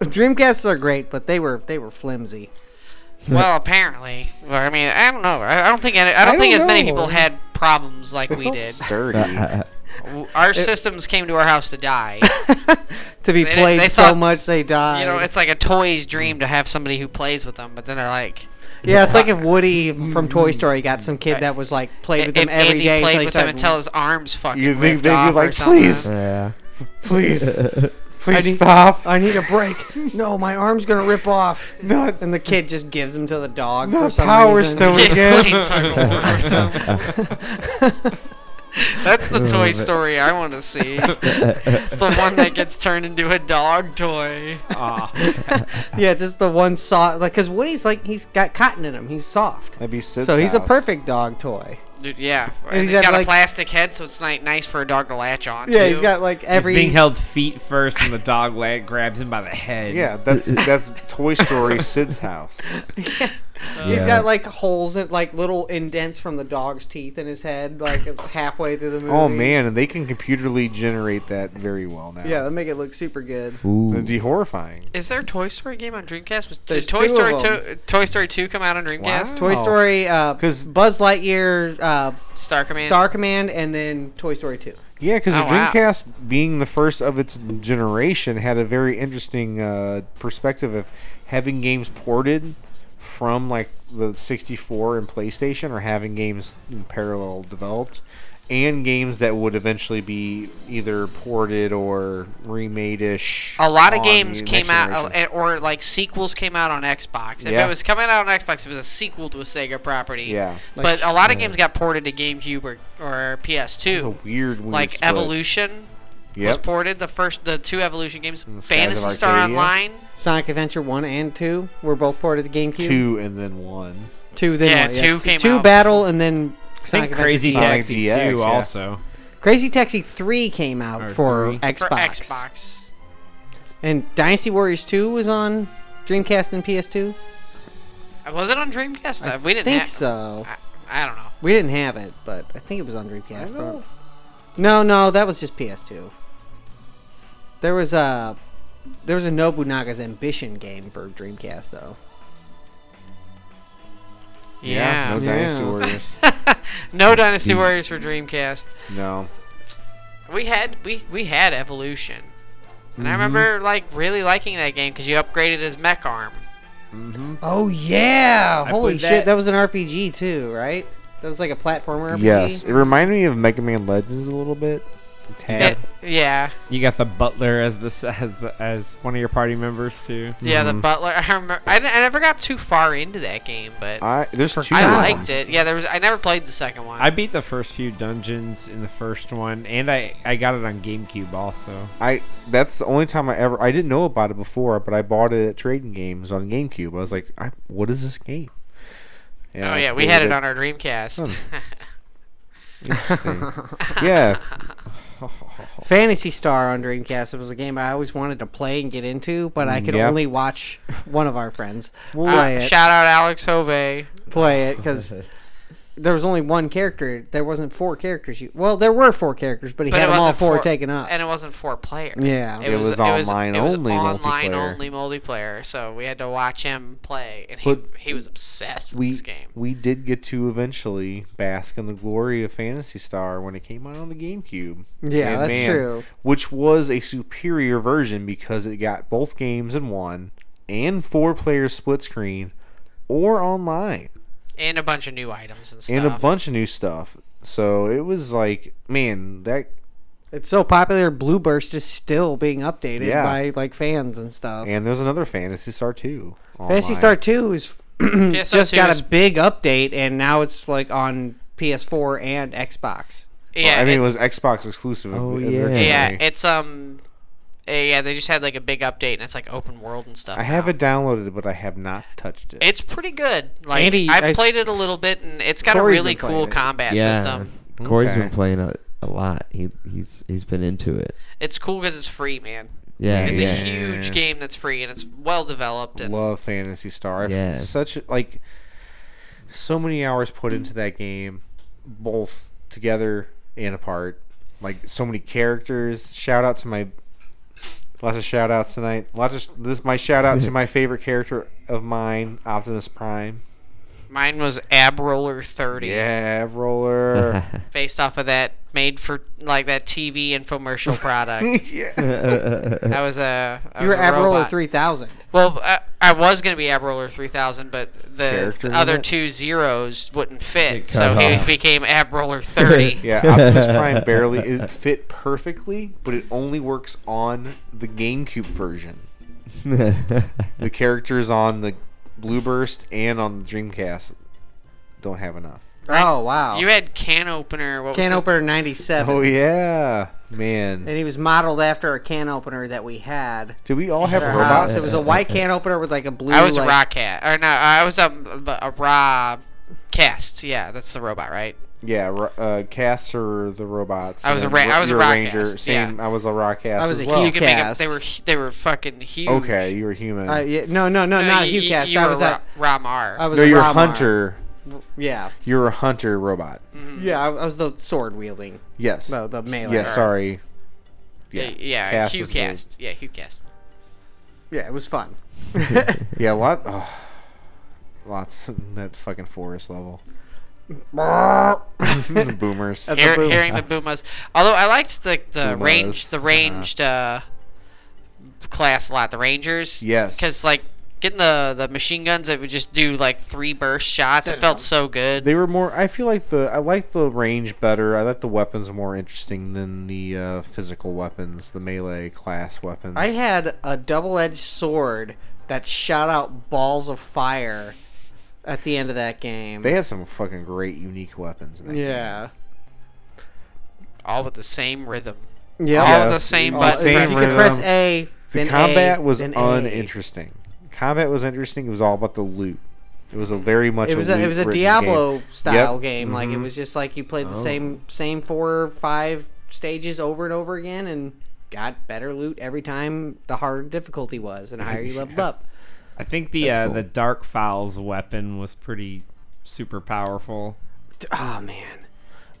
Dreamcasts are great, but they were they were flimsy.
Well, apparently. Well, I mean, I don't know. I, I don't think any, I don't
I
think
don't
as many
know.
people had problems like
It
we
felt
did.
Sturdy.
W- Our systems came to our house to die.
to be
They-
played
they
so
thought-
much they die.
You know, it's like a toy's
Mm.
dream to have somebody who plays with them, but then they're like,
yeah, it's like if Woody from Toy Story got some kid that was like played with
if
them every
Andy
day.
played
so they
with them
started-
until his arms fucking
You
ripped
think they'd be
off or
like,
something.
"Please."
Yeah.
Please,
I
please
need-
stop.
I need a break. no, my arm's gonna rip off.
Not
And the kid just gives them to the dog
No,
for some
Power
reason.
Stone.
It's
again.
playing tug of war with them. That's the
Mm.
Toy Story I want to see. It's the one that gets turned into a dog toy.
yeah, just the one soft. Like, cause Woody's like he's got cotton in him. He's soft.
That'd be Sid's
So he's a
house.
perfect dog toy.
Dude, yeah,
he's
and he's
got,
got
like-
a plastic head, so it's ni- nice for a dog to latch on.
Yeah,
to.
he's got like every.
He's being held feet first, and the dog leg grabs him by the head.
Yeah, that's that's Toy Story Sid's house.
He's
Yeah.
got like holes and like little indents from the dog's teeth in his head, like halfway through the movie.
Oh man, and they can computerly generate that very well now.
Yeah, that make it look super good.
Ooh.
That'd be horrifying.
Is there a Toy Story game on Dreamcast? Was,
There's
did Toy
two
Story
of
two, Toy Story two come out on Dreamcast?
Toy
Oh.
Story, uh,
'Cause-
Buzz Lightyear, uh,
Star Command.
Star Command, and then Toy Story Two.
Yeah, because
Oh,
the
wow.
Dreamcast, being the first of its generation, had a very interesting uh, perspective of having games ported from like the 64 and PlayStation, or having games in parallel developed, and games that would eventually be either ported or remade ish.
a lot of games came out, uh, and- or like sequels came out on Xbox. If
Yeah.
it was coming out on Xbox, it was a sequel to a Sega property.
Yeah.
but a lot of games got ported to GameCube or, or PS2.
It's a weird, weird
like
split.
Evolution was
Yep.
ported. The first, the two Evolution games,
the Skies of
Fantasy Star
Arcadia.
Online.
Sonic Adventure One and Two were both ported to GameCube.
two and then one.
Two, then
Yeah,
what?
two came
two
out.
Battle, and then
I think
Sonic
Crazy
Adventure.
Sonic
Taxi
DX,
too.
yeah.
Also,
Crazy Taxi Three came out
Or
for
three. For
Xbox.
For Xbox.
And Dynasty Warriors Two was on Dreamcast and PS2.
Uh, Was it on Dreamcast? Uh, we didn't
think
have,
so.
I, I don't know.
We didn't have it, but I think it was on Dreamcast. but- No, no, that was just PS2. There was a there was a Nobunaga's Ambition game for Dreamcast though.
Yeah.
no
Yeah.
Dynasty Warriors.
No Dynasty Warriors for Dreamcast.
no.
We had we we had Evolution, and I remember like really liking that game because you upgraded his mech arm.
Oh yeah!
I
Holy
played
shit,
that.
that was an RPG too, right? That was like a platformer RPG.
Yes, it reminded me of Mega Man Legends a little bit. Tad.
It- yeah,
you got the butler as the s- as, the, as one of your party members too.
yeah. The butler. I remember. I, I never got too far into that game, but I,
I there's Uh, two. of them.
liked it. Yeah, there was. I never played the second one.
I beat the first few dungeons in the first one, and I I got it on GameCube also.
I that's the only time I ever I didn't know about it before, but I bought it at trading games on GameCube. I was like, I, what is this game?
oh yeah, we had it on our Dreamcast.
yeah,
Fantasy Star on Dreamcast. It was a game I always wanted to play and get into, but
Mm,
I could
Yeah.
only watch one of our friends
Uh,
play it.
shout out Alex Hove.
play it because there was only one character. There wasn't four characters. You well, there were four characters, but he
But
had
it
them all
wasn't
four,
four-
taken up.
and it wasn't four player.
Yeah.
it,
It
was,
was online
it was,
only
It was online
multiplayer.
only multiplayer. So we had to watch him play, and he
But
he was obsessed with
we
this game.
we did get to eventually bask in the glory of Fantasy Star when it came out on the GameCube.
Yeah, that's true.
Which was a superior version because it got both games in one and four player split screen or online.
and a bunch of new items and stuff.
and a bunch of new stuff. So it was like, man, that
it's so popular. Blue Burst is still being updated
Yeah.
by like fans and stuff.
and there's another Fantasy Star 2.
Fantasy
online.
Star Two is
PSO2
just got
is-
a big update, and now it's like on PS4 and Xbox.
yeah.
I mean, it
it's-
was Xbox exclusive.
Oh,
originally.
yeah.
yeah, it's um, uh, yeah. They just had like a big update, and it's like open world and stuff.
I
now.
have it downloaded, but I have not touched it.
It's pretty good. Like
Andy,
I've
I s-
played it a little bit, and it's got
Corey's
a really
been playing
cool
it.
combat
yeah.
system.
Corey's been
Okay.
playing a, a lot. He he's he's been into it.
It's cool because it's free, man.
Yeah.
It's
yeah.
a huge game that's free, and it's well developed. And
Love Fantasy Star. I've
Yeah.
Such like so many hours put into that game, both together and apart. Like so many characters. Shout out to my lots of shout outs tonight. Lots of this my shout out to my favorite character of mine, Optimus Prime.
Mine was Ab Roller 30,
Yeah, roller.
based off of that made for like that TV infomercial product.
yeah.
that was a I
You
was
were
a
Abroller
robot.
3000.
Well, I, I was going to be Abroller 3000, but the,
Character
the other
limit?
two zeros wouldn't fit,
It
so
cut
he
off.
became Abroller 30.
Yeah, Optimus Prime barely it fit perfectly, but it only works on the GameCube version. The characters on the Blueburst and on the Dreamcast don't have enough.
Oh, wow.
You had can opener. What
can
was his-
opener 97.
Oh yeah, man.
And he was modeled after a can opener that we had.
Do we all have
at our house.
robots?
It was a white can opener with like a blue.
I was
like,
a rock cat, or no, I was a, a raw cast. Yeah, that's the robot, right?
yeah, ro- uh, Cass or the robots.
I was
and
a ra- I was a
you're
rock
Ranger.
cast,
Same. I was a rock cast.
I was
as
a
well.
huge
You could make 'em-
Cast.
They were hu- they were fucking huge.
Okay, you were human.
Uh, yeah, no, no, no, not a
you-
Hugh
you-
cast.
You
I
were
was
Ra-
a,
Ramar.
I was
no,
a
you're a
Ramar.
hunter.
Yeah,
You're a hunter robot.
Mm.
yeah. I, I was the sword wielding.
Yes.
No, the melee.
yeah. Sorry.
yeah, yeah
Cast
Hugh
is the-
cast. Yeah, Hugh cast.
Yeah, it was fun.
Yeah. Lot. Oh, lots. that fucking forest level. Boomers.
That's a
Hear,
boom.
hearing the boomas. Although I liked the the
Boomas. uh-huh.
range the ranged uh, class a lot. The rangers.
Yes.
Because like getting the the machine guns that would just do like three burst shots. It felt so good.
They were more. I feel like the I like the range better. I like the weapons more interesting than the uh, physical weapons, the melee class weapons.
I had a double-edged sword that shot out balls of fire at the end of that game.
They had some fucking great unique weapons. In that game.
yeah.
all with the same rhythm.
Yeah.
All
Yes,
the same
all the
button.
same
press.
Oh, you could
rhythm.
press A.
The
then A,
combat was
then A.
uninteresting. Combat was interesting. It was all about the loot. It was a very much.
It was a, it was a
loot-ridden
Diablo
game.
style
Yep. Mm-hmm. Oh.
game. Like it was just like you played the same same four or five stages over and over again and got better loot every time the harder difficulty was and higher you leveled up.
I think the
That's
uh,
cool.
the Dark Files weapon was pretty super powerful.
D- Oh man.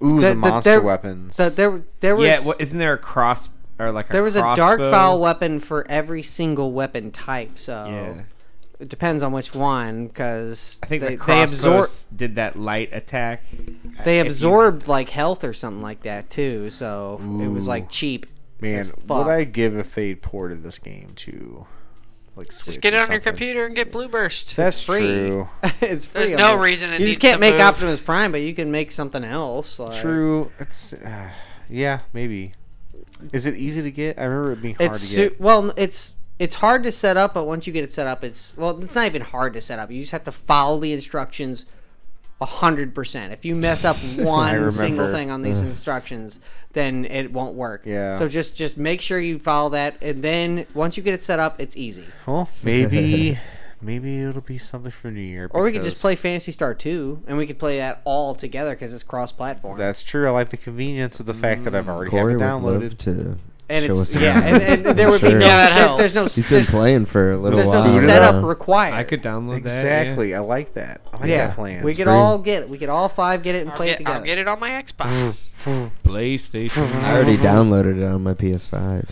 Ooh, the,
The- the-
monster
there-
weapons.
The, there there was
yeah, what, isn't there a cross or like a
there was a dark
crossbow?
file weapon for every single weapon type, so
Yeah.
it depends on which one because
I think
they,
the
they absorb
crossbows did that light attack.
they
If you-
absorbed like health or something like that too, so it was like cheap.
Man,
as
what
fuck.
I give if they ported this game to like
Just
Switch
get
or
it on your
something.
computer and get Blue Burst.
That's
free.
true.
it's free
There's
on
no
there.
reason it
you
needs
just can't
to
make
move.
Optimus Prime, but you can make something else. like-
True. It's uh, yeah, maybe. Is it easy to get? I remember it being hard
It's
to
su-
get.
well, it's it's hard to set up, but once you get it set up, it's well, it's not even hard to set up. You just have to follow the instructions hundred percent. If you mess up one single
remember. Uh.
thing on these instructions, then it won't work.
Yeah.
So just just make sure you follow that, and then once you get it set up, it's easy.
Well, maybe, maybe it'll be something for New Year.
Or we could just
because
play Fantasy Star Two, and we could play that all together because it's cross-platform.
That's true. I like the convenience of the fact that
Mm.
I've already
Corey
have it
would
downloaded.
love to
and
show
it's
us.
yeah, and,
around.
and
I'm
there would be
sure.
no
Yeah, that
there- there's no
helps.
He's been
there's-
playing for a little
There's
while.
no
Boot it
setup
Yeah.
required.
I could download
Exactly. I like that. I like
yeah,
that plan.
we could
free.
all get it. We could all five get it and
I'll
play
get,
it together.
I'll get it on my Xbox.
Mm.
that. Yeah. PlayStation.
I already downloaded it on my PS5.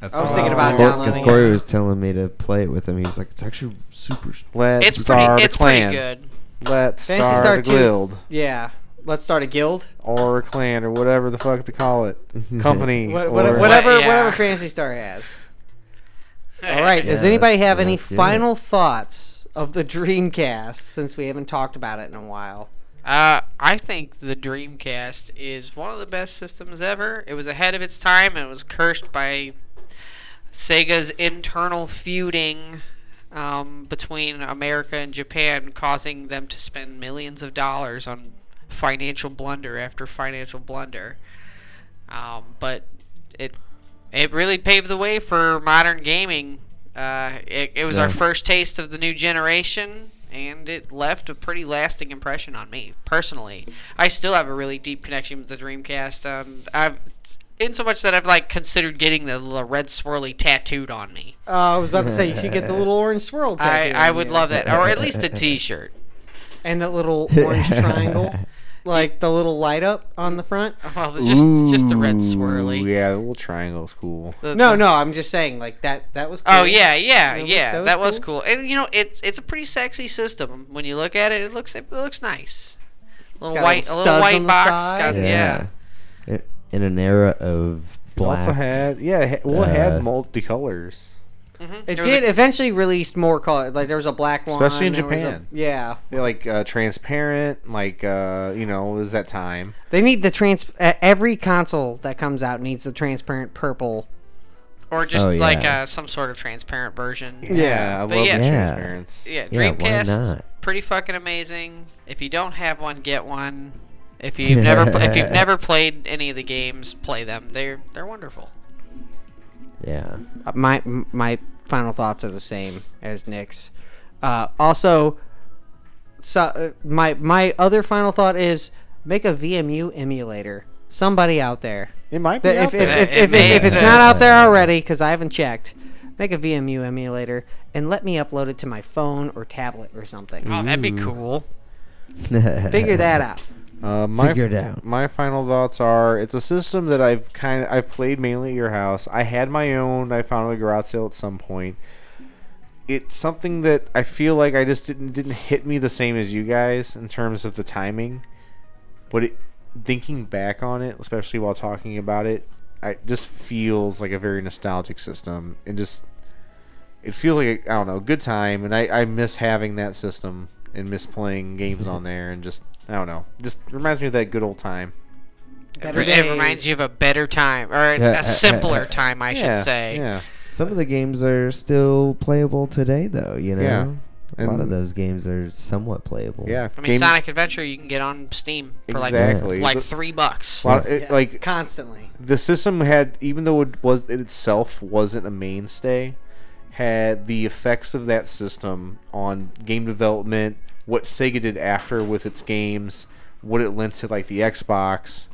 That's
I was
what-
thinking about
Because
downloading it.
Corey was telling me to play it with him. He was like, "It's actually super."
Let's
it's
start
pretty.
a
It's
clan.
pretty good.
Let's
Fantasy
start,
Star
a
2.
guild
Yeah, let's start a guild.
or a clan or whatever the fuck to call it. Company.
What,
or-
what, whatever,
Yeah.
whatever Fantasy Star has. All right. Does
Yeah,
anybody
let's-
have any
let's do it.
final thoughts of the Dreamcast since we haven't talked about it in a while?
Uh, I think the Dreamcast is one of the best systems ever. It was ahead of its time and it was cursed by Sega's internal feuding um, between America and Japan, causing them to spend millions of dollars on financial blunder after financial blunder. Um, but it it really paved the way for modern gaming. Uh, it, it was our
Yeah.
first taste of the new generation, and it left a pretty lasting impression on me personally. I still have a really deep connection with the Dreamcast. Um, I've in so much that I've like considered getting the, the red swirly tattooed on me.
Uh, I was about to say you should get the little orange swirl.
I,
tattoo
I
on
would
you.
love that, or at least a T-shirt.
and that little orange triangle. like the little light up on the front.
Well, the- just just the red swirly.
Yeah, the little triangle's cool.
The-
No,
the-
no, I'm just saying like that. That was. Cool.
Oh yeah, yeah,
That was-
yeah.
that was
That was cool. And you know, it's it's a pretty sexy system when you look at it. It looks it looks nice. A little
got
white, a
little
little
studs
white
on the
box.
side.
Got, yeah.
In- In an era of
It
black.
also had yeah, it had, well, it had
Uh,
multicolors.
It
There was a-
did eventually release more color. Like there was a black one,
Especially in
there was a-
Japan.
yeah,
They're like uh, transparent, like uh, you know, it was that time.
they need the trans. Uh, every console that comes out needs the transparent purple.
Or just
Oh,
like
yeah.
uh, some sort of transparent version. Yeah,
Yeah, I
But
love
yeah.
the
Yeah.
transparency.
Yeah, why
Dreamcast,
not?
pretty fucking amazing. If you don't have one, get one. If you've never pl- if you've never played any of the games, play them. They're they're wonderful.
Yeah.
Uh, My my final thoughts are the same as Nick's. Uh, also, so uh, my my other final thought is make a VMU emulator. Somebody out there.
It might be
That if,
out
if,
there.
if,
It
if,
may
if it's
exist.
not out there already, because I haven't checked, make a VMU emulator and let me upload it to my phone or tablet or something.
Oh, that'd be cool.
Figure that out.
Uh, my,
Figure it out.
My final thoughts are: it's a system that I've kind of I've played mainly at your house. I had my own. I found at a garage sale at some point. It's something that I feel like I just didn't didn't hit me the same as you guys in terms of the timing. But it, thinking back on it, especially while talking about it, I just feels like a very nostalgic system, and just it feels like a, I don't know, good time, and I, I miss having that system and miss playing games on there, and just I don't know, just reminds me of that good old time.
It,
Better
re- it
days.
reminds you of a better time or
Yeah, uh,
a simpler time, I
Yeah,
should say.
Yeah,
Some of the games are still playable today, though. You know,
Yeah.
a lot of
And-
those games are somewhat playable.
yeah.
I mean,
Game-
Sonic Adventure you can get on Steam for
Exactly.
like like
The-
three bucks.
a lot of- it- like
Constantly.
the system had, even though it was it itself wasn't a mainstay, had the effects of that system on game development, what Sega did after with its games, what it lent to like the Xbox,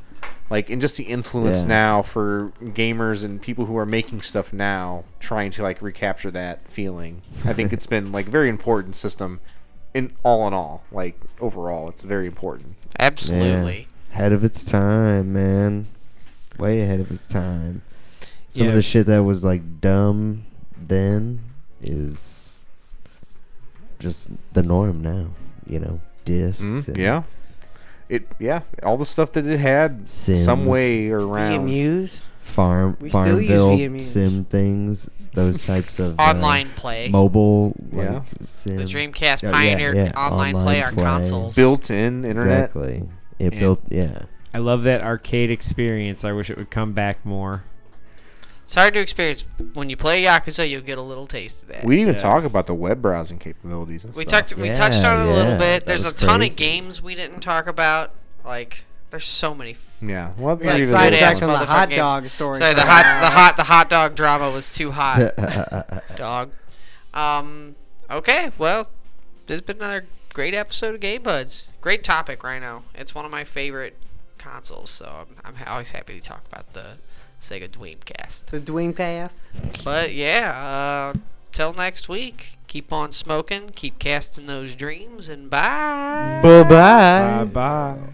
like and just the influence
Yeah.
now for gamers and people who are making stuff now, trying to like recapture that feeling. I think it's been like a very important system. In all in all, like overall, it's very important.
Absolutely.
Ahead of its time, man. Way ahead of its time. Some of
Yeah.
the shit that was like dumb then is just the norm now. You know, discs.
Mhm,
and
Yeah. It yeah, all the stuff that it had
Sims.
some way around.
VMUs.
Farm
We still use
Farmville
VMUs.
sim things. It's those types of uh,
Online play.
mobile. Like,
Yeah.
Sims.
The Dreamcast
Oh, yeah,
pioneered
yeah,
online,
online
play on
play.
consoles.
Built in internet.
Exactly. It
Yeah.
built. Yeah.
I love that arcade experience. I wish it would come back more.
It's hard to experience. When you play Yakuza, you'll get a little taste of that.
We didn't even
Yes.
talk about the web browsing capabilities. And
We
stuff.
talked. We
Yeah,
touched on it a little
yeah,
bit.
that
There's a
was
ton
crazy.
of games we didn't talk about. Like, there's so many.
Yeah. Well,
Yeah,
maybe
side
those
ass
sidetracked
ones.
on the
motherfucking
hot
games.
dog story.
Sorry, the
for
hot,
now.
the hot, the hot dog drama was too hot. dog. Um. Okay. Well, there's been another great episode of Game Buds. Great topic, Rhino. It's one of my favorite consoles, so I'm, I'm ha- always happy to talk about the Sega Dreamcast.
The Dwayne Path.
But yeah, uh, till next week. Keep on smoking. Keep casting those dreams, and bye.
Bye bye.
bye.